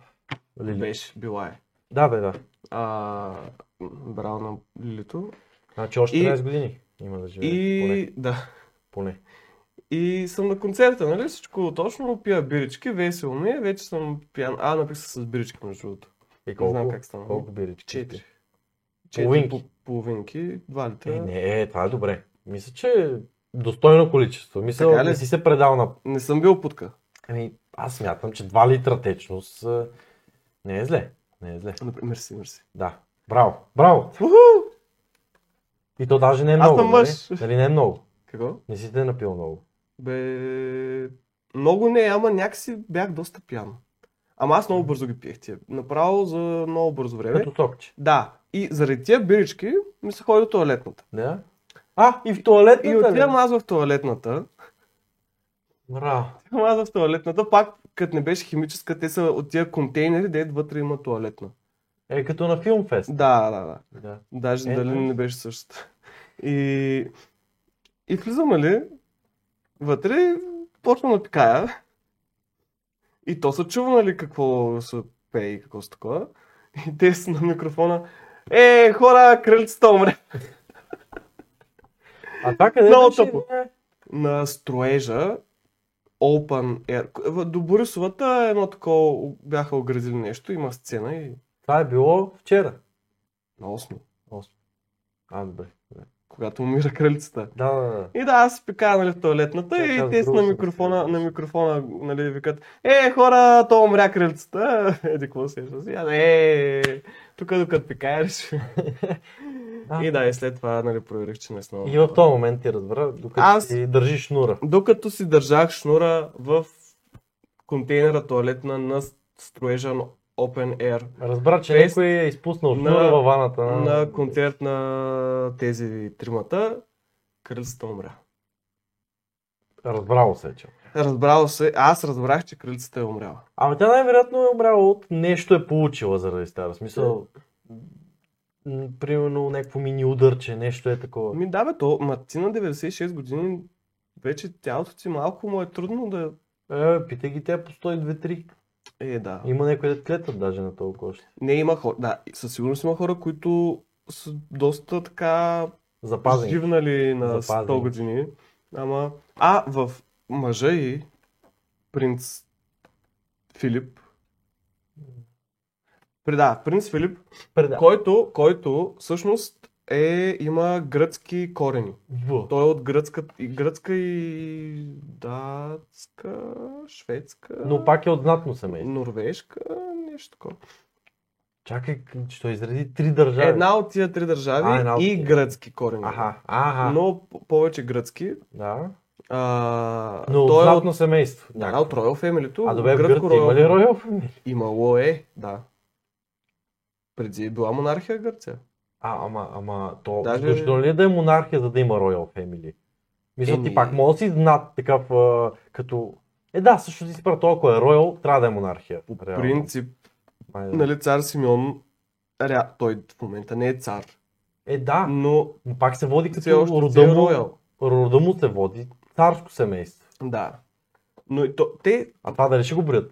[SPEAKER 2] Лили.
[SPEAKER 1] Беше, била е.
[SPEAKER 2] Да, бе, да.
[SPEAKER 1] А, браво на Лилито.
[SPEAKER 2] Значи още
[SPEAKER 1] И-
[SPEAKER 2] 13 години има да живее. Е, Поне.
[SPEAKER 1] И, да,
[SPEAKER 2] поне.
[SPEAKER 1] и съм на концерта, нали? Всичко точно, пия бирички, весело ми е, вече съм пиян. А, написах с бирички, между другото.
[SPEAKER 2] И
[SPEAKER 1] Не
[SPEAKER 2] колко?
[SPEAKER 1] знам как стана.
[SPEAKER 2] Колко бирички?
[SPEAKER 1] Четири. Четири
[SPEAKER 2] Половинки.
[SPEAKER 1] по- половинки, два литра.
[SPEAKER 2] Е, не, е, това е добре. Мисля, че е достойно количество. Мисля,
[SPEAKER 1] Така ли?
[SPEAKER 2] не си се предал на...
[SPEAKER 1] не съм бил путка.
[SPEAKER 2] Ами, аз смятам, че 2 литра течност а, не е зле. Не е зле.
[SPEAKER 1] Например, мерси, мерси.
[SPEAKER 2] Да. Браво. Браво.
[SPEAKER 1] Уху!
[SPEAKER 2] И то даже не е
[SPEAKER 1] Аз
[SPEAKER 2] много.
[SPEAKER 1] съм мъж.
[SPEAKER 2] Нали? нали не е много?
[SPEAKER 1] Какво?
[SPEAKER 2] Не си те е напил много.
[SPEAKER 1] Бе, много не, ама някакси бях доста пиян. Ама аз много бързо ги пиех тия. Направо за много бързо време.
[SPEAKER 2] Като сокче.
[SPEAKER 1] Да. И заради тия бирички ми се ходи до туалетната.
[SPEAKER 2] Да. А, и в туалетната
[SPEAKER 1] И отивам аз в туалетната.
[SPEAKER 2] Браво.
[SPEAKER 1] Отивам аз в туалетната. Пак, като не беше химическа, те са от тия контейнери, дед вътре има туалетна.
[SPEAKER 2] Е, като на филмфест.
[SPEAKER 1] Да, да, да.
[SPEAKER 2] Да.
[SPEAKER 1] Даже
[SPEAKER 2] Е,
[SPEAKER 1] дали
[SPEAKER 2] да.
[SPEAKER 1] не беше същата. И, и влизам, нали, вътре, почвам да пикая. И то се чува, нали, какво се пее и какво се такова. И те са на микрофона. Е, хора, кралицата умре.
[SPEAKER 2] А това къде
[SPEAKER 1] Много
[SPEAKER 2] беше?
[SPEAKER 1] тъпо. На строежа, Open Air. В- До Борисовата едно такова бяха оградили нещо, има сцена и
[SPEAKER 2] Това е било вчера.
[SPEAKER 1] на 8,
[SPEAKER 2] А, добре. добре.
[SPEAKER 1] когато умира кралицата.
[SPEAKER 2] Да, да, да.
[SPEAKER 1] И да, аз си пикая нали, в туалетната
[SPEAKER 2] Чакай, аз
[SPEAKER 1] и те са
[SPEAKER 2] друго
[SPEAKER 1] на
[SPEAKER 2] съм
[SPEAKER 1] микрофона,
[SPEAKER 2] разкрил.
[SPEAKER 1] на микрофона нали, викат Е, хора, то умря крилцата. Еди, какво се ежа си? А, Е, тук докато пикаеш.
[SPEAKER 2] А.
[SPEAKER 1] И да, и след това нали, проверих, че не съм.
[SPEAKER 2] И в този момент ти разбра, докато
[SPEAKER 1] Аз-
[SPEAKER 2] си държиш шнура.
[SPEAKER 1] Докато си държах шнура в контейнера туалетна на строежа на Open Air
[SPEAKER 2] Разбра, че
[SPEAKER 1] Фест
[SPEAKER 2] някой е изпуснал
[SPEAKER 1] на-
[SPEAKER 2] шнура във ваната. На...
[SPEAKER 1] на концерт на тези тримата, крилцата умря.
[SPEAKER 2] Разбрало се, е, че.
[SPEAKER 1] Разбрало се, аз разбрах, че крилцата е умряла.
[SPEAKER 2] Ама тя най-вероятно е умряла от нещо е получила заради стара. В Смисъл, м, примерно някакво мини ударче, нещо е такова.
[SPEAKER 1] Ми Ами да бе, то, ма ти на 96 години вече тялото ти малко му е трудно да...
[SPEAKER 2] Е, питай ги те по 102-3.
[SPEAKER 1] Е, да.
[SPEAKER 2] Има някои да клетат даже на толкова още.
[SPEAKER 1] Не има хора, да, и със сигурност има хора, които са доста така
[SPEAKER 2] Запазени.
[SPEAKER 1] живнали на
[SPEAKER 2] Запазени.
[SPEAKER 1] 100 години. Ама... А, в мъжа и принц Филип. При- Да, принц Филип,
[SPEAKER 2] Преда.
[SPEAKER 1] който, който всъщност е, има гръцки корени.
[SPEAKER 2] Бу.
[SPEAKER 1] Той е от гръцка и, гръцка и датска, шведска,
[SPEAKER 2] Но пак е от знатно семейство.
[SPEAKER 1] норвежка, нещо такова.
[SPEAKER 2] Чакай, к- че той изреди три държави.
[SPEAKER 1] Една от тия три държави
[SPEAKER 2] А, една от
[SPEAKER 1] и
[SPEAKER 2] тия.
[SPEAKER 1] гръцки корени.
[SPEAKER 2] Аха, аха.
[SPEAKER 1] Но по- повече гръцки.
[SPEAKER 2] Да.
[SPEAKER 1] А,
[SPEAKER 2] Но от
[SPEAKER 1] той е
[SPEAKER 2] знатно
[SPEAKER 1] от,
[SPEAKER 2] семейство.
[SPEAKER 1] да, от Royal Family-то.
[SPEAKER 2] А добре, в
[SPEAKER 1] гръцко
[SPEAKER 2] Гърция има ли
[SPEAKER 1] Royal-
[SPEAKER 2] Royal Family?
[SPEAKER 1] Имало е, да. Преди е била монархия Гърция.
[SPEAKER 2] А, ама, ама, то
[SPEAKER 1] Даже-
[SPEAKER 2] нужно ли е да е монархия, за да има Royal Family? Мисля, ти
[SPEAKER 1] Еми-
[SPEAKER 2] пак може да си знат такъв, а, като... Е да, също ти си прав, толкова е Royal, трябва да е монархия.
[SPEAKER 1] По нали?
[SPEAKER 2] реално.
[SPEAKER 1] принцип,
[SPEAKER 2] Май да.
[SPEAKER 1] нали, цар Симеон Ря... Той в момента не е цар.
[SPEAKER 2] Е, да,
[SPEAKER 1] Но
[SPEAKER 2] но пак се води
[SPEAKER 1] все
[SPEAKER 2] като
[SPEAKER 1] още
[SPEAKER 2] рода
[SPEAKER 1] си е
[SPEAKER 2] му,
[SPEAKER 1] роял.
[SPEAKER 2] рода му се води царско семейство.
[SPEAKER 1] Да. Но и то, те...
[SPEAKER 2] А това дали ще го брият?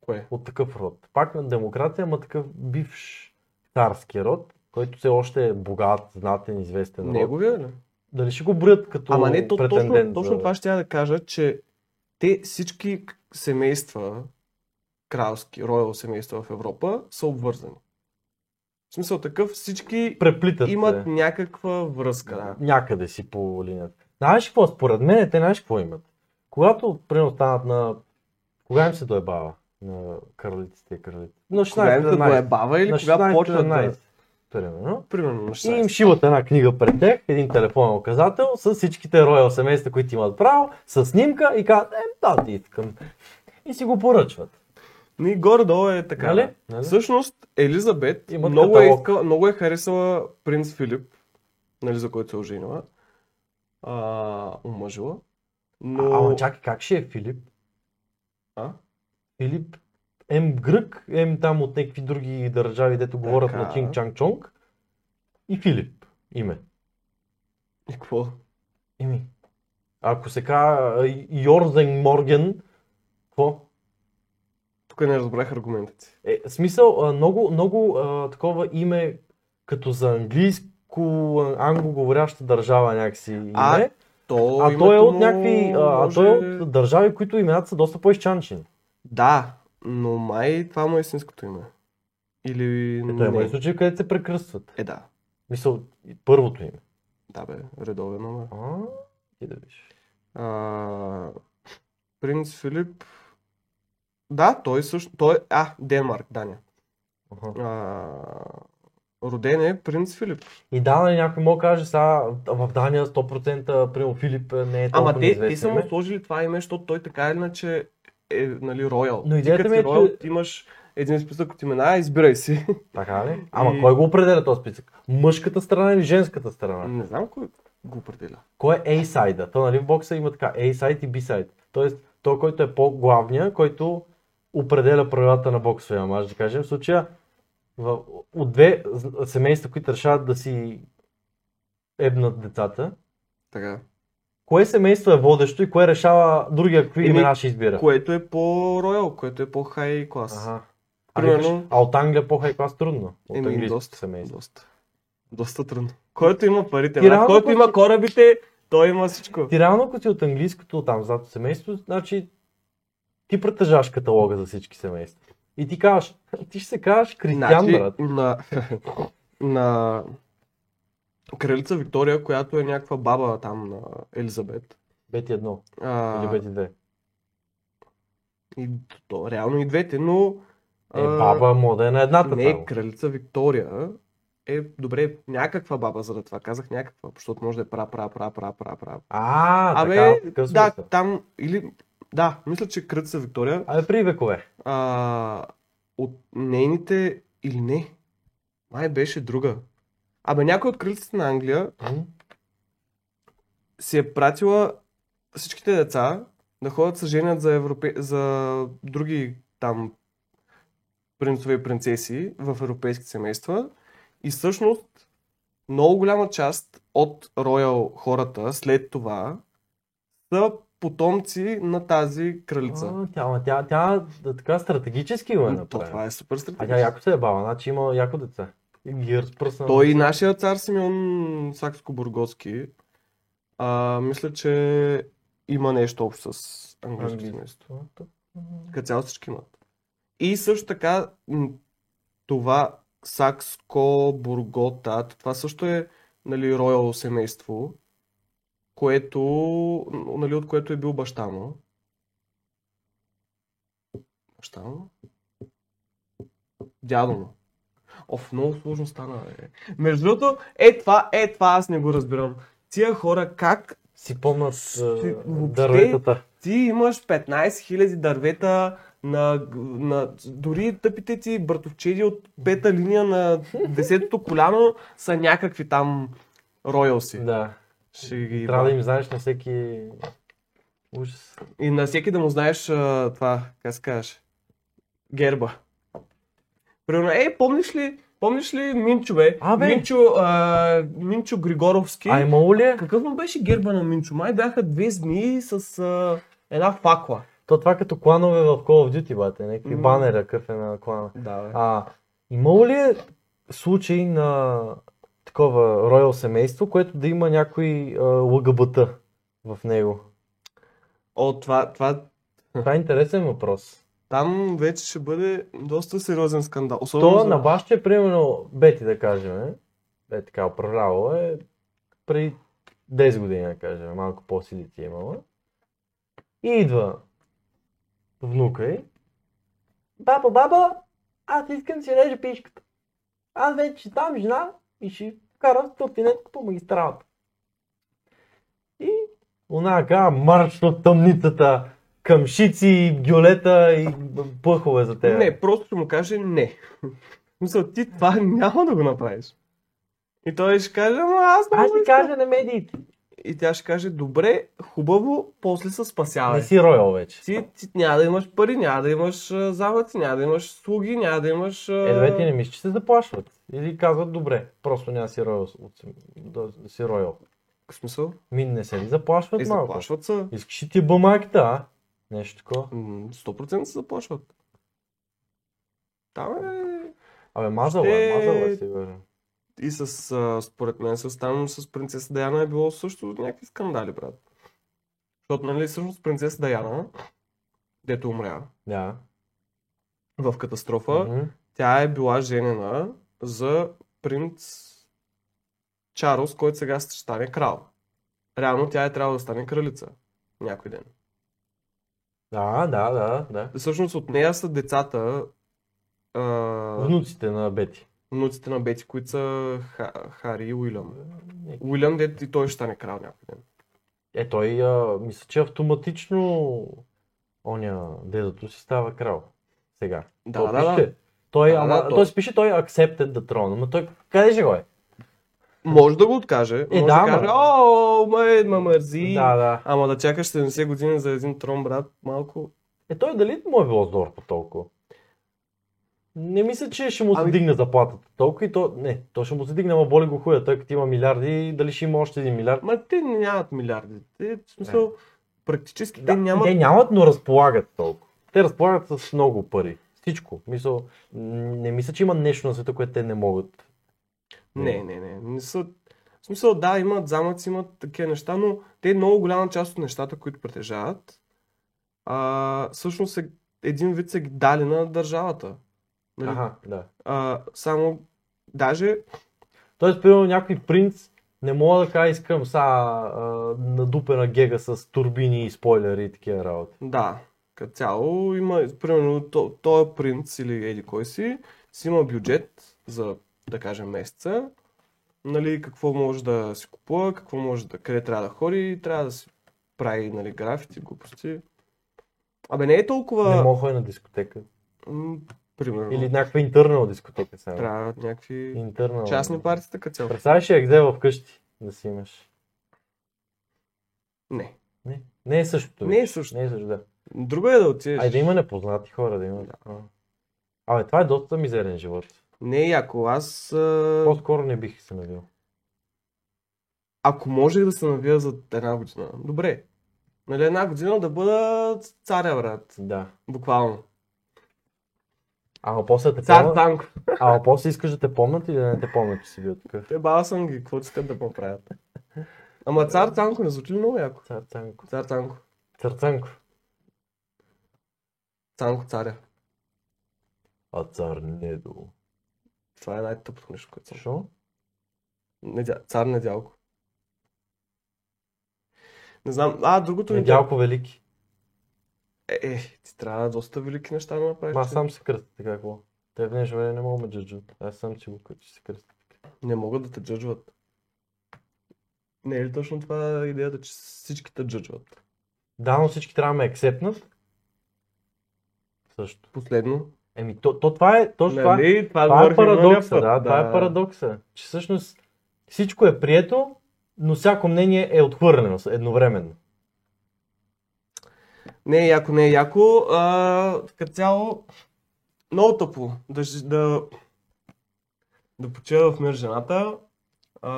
[SPEAKER 1] Кое?
[SPEAKER 2] от такъв род. Пак на демокрация, ама такъв бивш царски род, който все още е богат, знатен, известен род.
[SPEAKER 1] Неговия ли?
[SPEAKER 2] Дали ще го броят като
[SPEAKER 1] Ама не, то, точно,
[SPEAKER 2] претендент
[SPEAKER 1] точно това ще я да кажа, че те всички к- семейства, кралски, роял семейства в Европа, са обвързани. В смисъл такъв, всички
[SPEAKER 2] Преплитат
[SPEAKER 1] имат
[SPEAKER 2] се.
[SPEAKER 1] някаква връзка. Да.
[SPEAKER 2] някъде си по линията. Знаеш какво? Според мен те знаеш какво имат. Когато, примерно, станат на... Кога им се доебава на кралиците и кралите? На 16
[SPEAKER 1] Кога им да го е бава или кога почват да...
[SPEAKER 2] Примерно.
[SPEAKER 1] Примерно на
[SPEAKER 2] И им
[SPEAKER 1] 16.
[SPEAKER 2] шиват една книга пред тях, един телефонен указател с всичките роял семейства, които имат право, с снимка и казват, е, да, ти искам. И си го поръчват.
[SPEAKER 1] Но и горе-долу е така.
[SPEAKER 2] Нали?
[SPEAKER 1] да.
[SPEAKER 2] нали?
[SPEAKER 1] Всъщност, Елизабет
[SPEAKER 2] Имат
[SPEAKER 1] много е,
[SPEAKER 2] каталог.
[SPEAKER 1] иска, много е харесала принц Филип, нали, за който се е оженила, а, омъжила. Но...
[SPEAKER 2] а, ама чакай, как ще е Филип?
[SPEAKER 1] А?
[SPEAKER 2] Филип М грък, М там от някакви други държави, дето говорят
[SPEAKER 1] Така.
[SPEAKER 2] на Чинг Чанг Чонг. И Филип име.
[SPEAKER 1] И какво?
[SPEAKER 2] Еми. Ако се казва а, Йорзен Морген, какво?
[SPEAKER 1] Тук не разбрах аргументите.
[SPEAKER 2] Е, в смисъл, а, много, много а, такова име, като за английско, а, англоговоряща държава някакси име.
[SPEAKER 1] А, То,
[SPEAKER 2] а
[SPEAKER 1] името
[SPEAKER 2] той е от
[SPEAKER 1] му
[SPEAKER 2] някакви, а, а
[SPEAKER 1] може-
[SPEAKER 2] той е от държави, които имената са доста по-изчанчени.
[SPEAKER 1] Да, но май това му е истинското име. Или
[SPEAKER 2] Ето има и
[SPEAKER 1] не.
[SPEAKER 2] случаи, е където се прекръстват.
[SPEAKER 1] Е, да.
[SPEAKER 2] Мисъл, и първото име.
[SPEAKER 1] Да бе, редовен номер.
[SPEAKER 2] А, ти да виж.
[SPEAKER 1] А, принц Филип. Да, той също. Той. е- А, Денмарк, Даня.
[SPEAKER 2] Аха.
[SPEAKER 1] А, роден е принц Филип.
[SPEAKER 2] И да, нали, някой мога да каже сега, в Дания 100% примерно Филип е, не е толкова
[SPEAKER 1] Ама те, те са
[SPEAKER 2] известен
[SPEAKER 1] му
[SPEAKER 2] име.
[SPEAKER 1] сложили това име, защото той така или иначе е, нали, роял.
[SPEAKER 2] Но
[SPEAKER 1] Ти
[SPEAKER 2] идеята
[SPEAKER 1] като
[SPEAKER 2] ми
[SPEAKER 1] си
[SPEAKER 2] е,
[SPEAKER 1] роял,
[SPEAKER 2] че-
[SPEAKER 1] ти имаш един списък от имена, избирай си.
[SPEAKER 2] Така ли? Ама
[SPEAKER 1] И-
[SPEAKER 2] кой го определя този списък? Мъжката страна или женската страна?
[SPEAKER 1] Не знам кой го определя.
[SPEAKER 2] Кой е A-сайда? То нали в бокса има така A-сайд и B-сайд. Тоест, той, който е по-главния, който определя правилата на боксовия мач, да кажем. В случая, в, от две з- семейства, които решават да си ебнат децата,
[SPEAKER 1] Така.
[SPEAKER 2] кое семейство е водещо и кое решава другия какви
[SPEAKER 1] Еми,
[SPEAKER 2] имена ще избира?
[SPEAKER 1] Което е по-роял, което е по-хай клас.
[SPEAKER 2] Ага. А,
[SPEAKER 1] Ами, Примерно-
[SPEAKER 2] викаш, а от Англия по-хай клас трудно. От
[SPEAKER 1] Еми,
[SPEAKER 2] английското
[SPEAKER 1] доста,
[SPEAKER 2] семейство.
[SPEAKER 1] доста. Доста трудно. Който има парите,
[SPEAKER 2] Ти
[SPEAKER 1] брат,
[SPEAKER 2] реално
[SPEAKER 1] който
[SPEAKER 2] какво
[SPEAKER 1] има
[SPEAKER 2] си-
[SPEAKER 1] корабите, той има всичко.
[SPEAKER 2] Ти реално, ако си от английското там зад семейство, значи ти притежаваш каталога за всички семейства. И ти кажеш, ти ще се кажеш Кристиан,
[SPEAKER 1] Значи,
[SPEAKER 2] брат.
[SPEAKER 1] на, на кралица Виктория, която е някаква баба там на Елизабет.
[SPEAKER 2] Бети едно
[SPEAKER 1] А,
[SPEAKER 2] или бети две. Е,
[SPEAKER 1] и, то, реално и двете, но...
[SPEAKER 2] Е, баба му да е на едната
[SPEAKER 1] не,
[SPEAKER 2] само.
[SPEAKER 1] кралица Виктория е добре, някаква баба, заради това казах някаква, защото може да е пра, пра, пра, пра, пра, пра.
[SPEAKER 2] А,
[SPEAKER 1] Абе,
[SPEAKER 2] така, в такъв
[SPEAKER 1] Да,
[SPEAKER 2] смисъл.
[SPEAKER 1] там или... Да, мисля, че кралица Виктория
[SPEAKER 2] Абе, при векове.
[SPEAKER 1] а, от нейните или не. Май беше друга. Абе, някой от кралиците на Англия
[SPEAKER 2] М?
[SPEAKER 1] си е пратила всичките деца да ходят се женят за, европе... за други там принцове и принцеси в европейски семейства. И всъщност много голяма част от роял хората след това са потомци на тази кралица.
[SPEAKER 2] А, Тя, ама тя, тя, да, така стратегически го е
[SPEAKER 1] То, това
[SPEAKER 2] направила.
[SPEAKER 1] е супер
[SPEAKER 2] А тя
[SPEAKER 1] стратегия.
[SPEAKER 2] яко се е баба, значи има яко деца. И ги е разпръсна.
[SPEAKER 1] Той и нашия цар Симеон Сакско-Бургоцки, а, мисля, че има нещо общо с английското
[SPEAKER 2] Английско.
[SPEAKER 1] семейство. Като цяло всички имат. И също така, м, това Сакско-Бургота, това също е нали, роял семейство, което, нали, от което е бил баща му. Баща му? Дядо му. Оф, много сложно стана, бе. Между другото, е това, е това, аз не го разбирам. Тия хора как
[SPEAKER 2] Си помнат
[SPEAKER 1] Си-
[SPEAKER 2] е,
[SPEAKER 1] въобще-
[SPEAKER 2] дърветата.
[SPEAKER 1] ти имаш 15 000 дървета на, на дори тъпите ти братовчеди от пета линия на десетото коляно са някакви там роялси.
[SPEAKER 2] Да.
[SPEAKER 1] Ще ги
[SPEAKER 2] Трябва да
[SPEAKER 1] ба.
[SPEAKER 2] им знаеш на всеки... Ужас.
[SPEAKER 1] И на всеки да му знаеш а, това, как се кажеш, герба. Примерно, е, помниш ли Помниш ли Минчо, бе?
[SPEAKER 2] А, бе.
[SPEAKER 1] Минчо, а, Минчо Григоровски.
[SPEAKER 2] А имало ли е?
[SPEAKER 1] Какъв му беше герба на Минчо? Май бяха две змии с а, една факла.
[SPEAKER 2] То това като кланове в Call of Duty, бате, някакви
[SPEAKER 1] М.
[SPEAKER 2] банери, какъв е на клана.
[SPEAKER 1] Да, бе.
[SPEAKER 2] А, имало ли е случай на такова роял семейство, което да има някой а, ЛГБТ в него?
[SPEAKER 1] О, това, това
[SPEAKER 2] Това е интересен въпрос.
[SPEAKER 1] там вече ще бъде доста сериозен скандал. Особено
[SPEAKER 2] То
[SPEAKER 1] за-
[SPEAKER 2] на баща, примерно, Бети да кажем, е, е така управлявала е преди 10 години, да кажем, малко по-силите е имала. И идва внука й. Баба, баба, аз искам да си режа пишката. Аз вече ще там жена и ще карам стотинетка по магистралата. И она ка марш от тъмницата, къмшици, гюлета и пъхове за теб.
[SPEAKER 1] Не, просто ще му каже не. Мисля, ти това няма да го направиш. И той ще каже, ама аз не
[SPEAKER 2] Аз
[SPEAKER 1] мога
[SPEAKER 2] ти
[SPEAKER 1] да
[SPEAKER 2] кажа на медиите.
[SPEAKER 1] И тя ще каже, добре, хубаво, после се спасявай.
[SPEAKER 2] Не си роял вече.
[SPEAKER 1] Ти, ти няма да имаш пари, няма да имаш а, завод, няма да имаш слуги, няма да имаш... а,
[SPEAKER 2] Е, добре, ти не мислиш, че се заплашват. Или казват, добре, просто няма си роял. От, да, си роял.
[SPEAKER 1] В смисъл?
[SPEAKER 2] Ми не се ли заплашват
[SPEAKER 1] Е,
[SPEAKER 2] малко?
[SPEAKER 1] заплашват се.
[SPEAKER 2] Искаш ли ти бъмаките, а? Нещо такова.
[SPEAKER 1] М, 100% се заплашват. Там е...
[SPEAKER 2] Абе, мазала, е,
[SPEAKER 1] Ще-
[SPEAKER 2] мазала е сигурно.
[SPEAKER 1] И с, а, според мен, с, там с принцеса Даяна е било също някакви скандали, брат. Защото, нали, всъщност принцеса Даяна, дето умря
[SPEAKER 2] Да.
[SPEAKER 1] в катастрофа,
[SPEAKER 2] Мгм.
[SPEAKER 1] тя е била женена за принц Чарлз, който сега ще стане крал. Реално тя е трябвало да стане кралица някой ден.
[SPEAKER 2] Да, да, да, да.
[SPEAKER 1] Всъщност от нея са децата, а,
[SPEAKER 2] Внуците на Бети.
[SPEAKER 1] внуците на Бети, които са Ха- Хари и Уилям.
[SPEAKER 2] Някакви-
[SPEAKER 1] Уилям, дед и той ще стане крал някой ден.
[SPEAKER 2] Е, той, а, мисля, че автоматично оня дедото си става крал. Сега.
[SPEAKER 1] Да, да,
[SPEAKER 2] То
[SPEAKER 1] да.
[SPEAKER 2] пише. Той,
[SPEAKER 1] Да, да,
[SPEAKER 2] ама,
[SPEAKER 1] да,
[SPEAKER 2] той,
[SPEAKER 1] той-
[SPEAKER 2] пише, той е accepted the throne, но той къде ще го е?
[SPEAKER 1] Може да го откаже. може
[SPEAKER 2] да,
[SPEAKER 1] да, каже,
[SPEAKER 2] ма.
[SPEAKER 1] о, е, ме, ме мързи.
[SPEAKER 2] Да, да.
[SPEAKER 1] Ама да чакаш 70 години за един трон, брат, малко.
[SPEAKER 2] Е, той дали му е било здор по толкова? Не мисля, че ще му се
[SPEAKER 1] Ами-
[SPEAKER 2] дигне заплатата толкова и то... Не, то ще му се дигне, ама боли го хуя. Той като има милиарди, дали ще има още един милиард?
[SPEAKER 1] Ма те нямат милиарди. Те, в смисъл, практически
[SPEAKER 2] Да,
[SPEAKER 1] те нямат
[SPEAKER 2] Те нямат, но разполагат толкова. Те разполагат с много пари. Всичко. Мисъл, м, не мисля, че има нещо на света, което те не могат.
[SPEAKER 1] Не, не, не. не са... В смисъл, да, имат замъци, имат такива неща, но те много голяма част от нещата, които притежават, а, всъщност е, един вид са ги дали на държавата. Нали?
[SPEAKER 2] Аха, да.
[SPEAKER 1] А, само, даже,
[SPEAKER 2] Тоест, примерно някой принц не мога да кажа, искам са а, надупена гега с турбини и спойлери и такива работи.
[SPEAKER 1] да, като цяло има, примерно, то, тоя принц или еди кой си, си има бюджет за, да кажем, месеца, нали, какво може да си купува, какво може да, къде трябва да ходи, трябва да си прави, нали, графити, глупости. Абе, не е толкова...
[SPEAKER 2] Не мога да ходя на дискотека.
[SPEAKER 1] М, Примерно.
[SPEAKER 2] Или някаква интернал дискотека само.
[SPEAKER 1] Трябват някакви
[SPEAKER 2] Интернал.
[SPEAKER 1] частни партии, така цяло.
[SPEAKER 2] Представяш ли екзе вкъщи да си имаш?
[SPEAKER 1] Не.
[SPEAKER 2] Не, не е същото.
[SPEAKER 1] Не е
[SPEAKER 2] вече.
[SPEAKER 1] също.
[SPEAKER 2] Не е същото, да.
[SPEAKER 1] Друго е да отидеш.
[SPEAKER 2] Ай да има непознати хора, да има.
[SPEAKER 1] Да.
[SPEAKER 2] такова. Абе, това е доста мизерен живот.
[SPEAKER 1] Не е яко. Аз... а,
[SPEAKER 2] По-скоро не бих се навил.
[SPEAKER 1] Ако можех да се навия за една година, добре. Нали една година да бъда царя, брат.
[SPEAKER 2] Да.
[SPEAKER 1] Буквално.
[SPEAKER 2] Ама после те
[SPEAKER 1] Цар
[SPEAKER 2] помнят,
[SPEAKER 1] Танко.
[SPEAKER 2] ама после искаш да те помнат или да не те помнат, че си бил такъв.
[SPEAKER 1] Те бава Е, съм ги, какво искат да поправят. Ама цар Танко не звучи ли много яко?
[SPEAKER 2] Цар Цанко.
[SPEAKER 1] Цар Танко.
[SPEAKER 2] Цар Цанко.
[SPEAKER 1] Цанко царя.
[SPEAKER 2] А цар Недо.
[SPEAKER 1] Това е най-тъпото нещо, което съм.
[SPEAKER 2] Защо?
[SPEAKER 1] Недя... Цар Недялко. Не знам. А, другото ми...
[SPEAKER 2] Недялко Велики.
[SPEAKER 1] Е, е, ти трябва доста велики неща да направиш.
[SPEAKER 2] Ма
[SPEAKER 1] че-
[SPEAKER 2] аз сам се кръста така какво. Те в днешно време не мога да ме джаджат. Аз сам си го къде ще се кръста.
[SPEAKER 1] Не могат да те джъджват. Не е ли точно това идеята, че всички те джъджват?
[SPEAKER 2] Да, но всички трябва да ме ексепнат. Също.
[SPEAKER 1] Последно.
[SPEAKER 2] Еми, то, то това е, точно това,
[SPEAKER 1] нали? това,
[SPEAKER 2] това е
[SPEAKER 1] говорихме миналия
[SPEAKER 2] парадокса,
[SPEAKER 1] път,
[SPEAKER 2] да, това е парадокса, че всъщност всичко е прието, но всяко мнение е отхвърлено с- едновременно.
[SPEAKER 1] Не е яко, не е яко. А, като цяло, много тъпо. Да, ж- да... да почива в мир жената. А,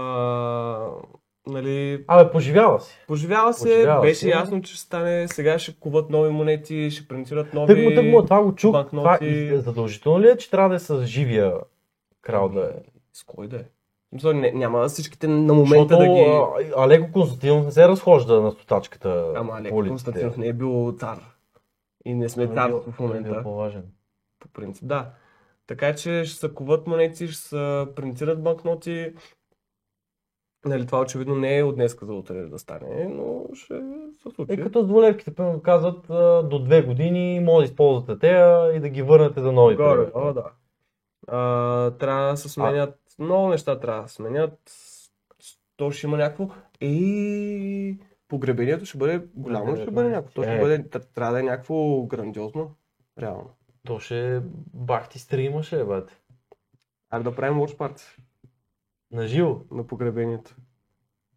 [SPEAKER 1] нали,
[SPEAKER 2] Абе, поживяла си.
[SPEAKER 1] поживяла се,
[SPEAKER 2] Поживяла
[SPEAKER 1] беше
[SPEAKER 2] се.
[SPEAKER 1] ясно, че ще стане, сега ще куват нови монети, ще принтират нови...
[SPEAKER 2] Тък му, тък му, това го чух. Това
[SPEAKER 1] Ами, банкноти.
[SPEAKER 2] и задължително ли е, че трябва да е с живия крал да е?
[SPEAKER 1] С кой да е? В смисъл, не, няма всичките на момента
[SPEAKER 2] Защото
[SPEAKER 1] да ги...
[SPEAKER 2] а, Алеко Константинов не се разхожда на стотачката
[SPEAKER 1] Ама Олег
[SPEAKER 2] по улиците.
[SPEAKER 1] Константинов не е бил цар. И не сме
[SPEAKER 2] Той
[SPEAKER 1] цар
[SPEAKER 2] е бил-
[SPEAKER 1] в
[SPEAKER 2] той бил
[SPEAKER 1] момента,
[SPEAKER 2] Ами, по-важен.
[SPEAKER 1] по принцип. Да. Така че ще се куват монети, ще се принтират банкноти. Нали, това очевидно не е от днеска за утре да стане, но ще се случи.
[SPEAKER 2] Е като с дволевките, примерно казват а, до две години може да използвате тея и да ги върнете за нови.
[SPEAKER 1] Горе,
[SPEAKER 2] примерно.
[SPEAKER 1] о, да. А, трябва да се сменят, много неща трябва да се сменят. То ще има някакво. Е, И погребението ще бъде голямо, ще бъде някакво. То ще
[SPEAKER 2] Е.
[SPEAKER 1] бъде, тр- трябва да е някакво грандиозно, реално.
[SPEAKER 2] То ще е бахти стримаше, бате.
[SPEAKER 1] Ами да правим watch party
[SPEAKER 2] Наживо.
[SPEAKER 1] на погребението.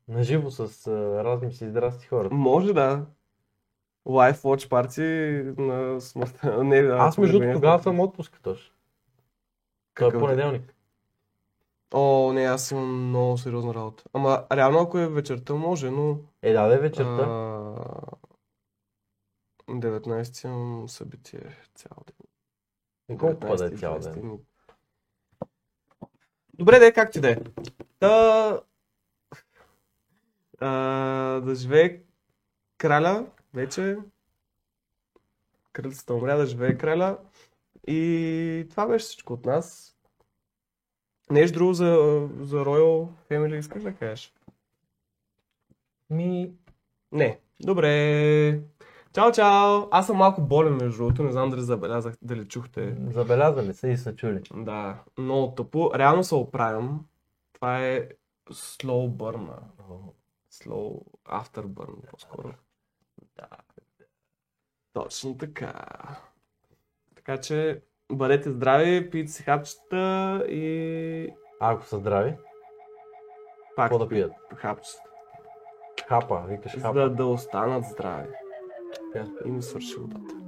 [SPEAKER 2] Наживо с а, размисли и здрасти хората.
[SPEAKER 1] Може да. Live watch party на смъртта. Не, на
[SPEAKER 2] Аз между другото
[SPEAKER 1] погребението.
[SPEAKER 2] тогава съм отпуск точно. Той е
[SPEAKER 1] Какъв?
[SPEAKER 2] понеделник.
[SPEAKER 1] О, не, аз имам много сериозна работа. Ама реално ако е вечерта, може, но...
[SPEAKER 2] Е, да, да е вечерта.
[SPEAKER 1] А, 19 имам събитие цял ден.
[SPEAKER 2] И колко пада
[SPEAKER 1] 19 и
[SPEAKER 2] цял
[SPEAKER 1] 20
[SPEAKER 2] ден?
[SPEAKER 1] ми. Добре, да е как ти да е. Та... А, да живее краля вече. Кралицата умря, да живее краля. И това беше всичко от нас. Нещо друго за, за Royal Family искаш да кажеш?
[SPEAKER 2] Ми,
[SPEAKER 1] Не. Добре. Чао, чао! Аз съм малко болен, между другото. Не знам дали забелязах, дали чухте.
[SPEAKER 2] забелязали са и са чули.
[SPEAKER 1] Да, много тъпо. Реално се оправям. Това е slow burn. Slow afterburn, по-скоро. Да. Точно така. Така че, бъдете здрави, пийте си хапчета и
[SPEAKER 2] Ако са здрави,
[SPEAKER 1] пак
[SPEAKER 2] какво да пият?
[SPEAKER 1] хапчета.
[SPEAKER 2] Хапа, викаш
[SPEAKER 1] За
[SPEAKER 2] хапа.
[SPEAKER 1] да останат здрави.
[SPEAKER 2] Да.
[SPEAKER 1] И ми свърши водата.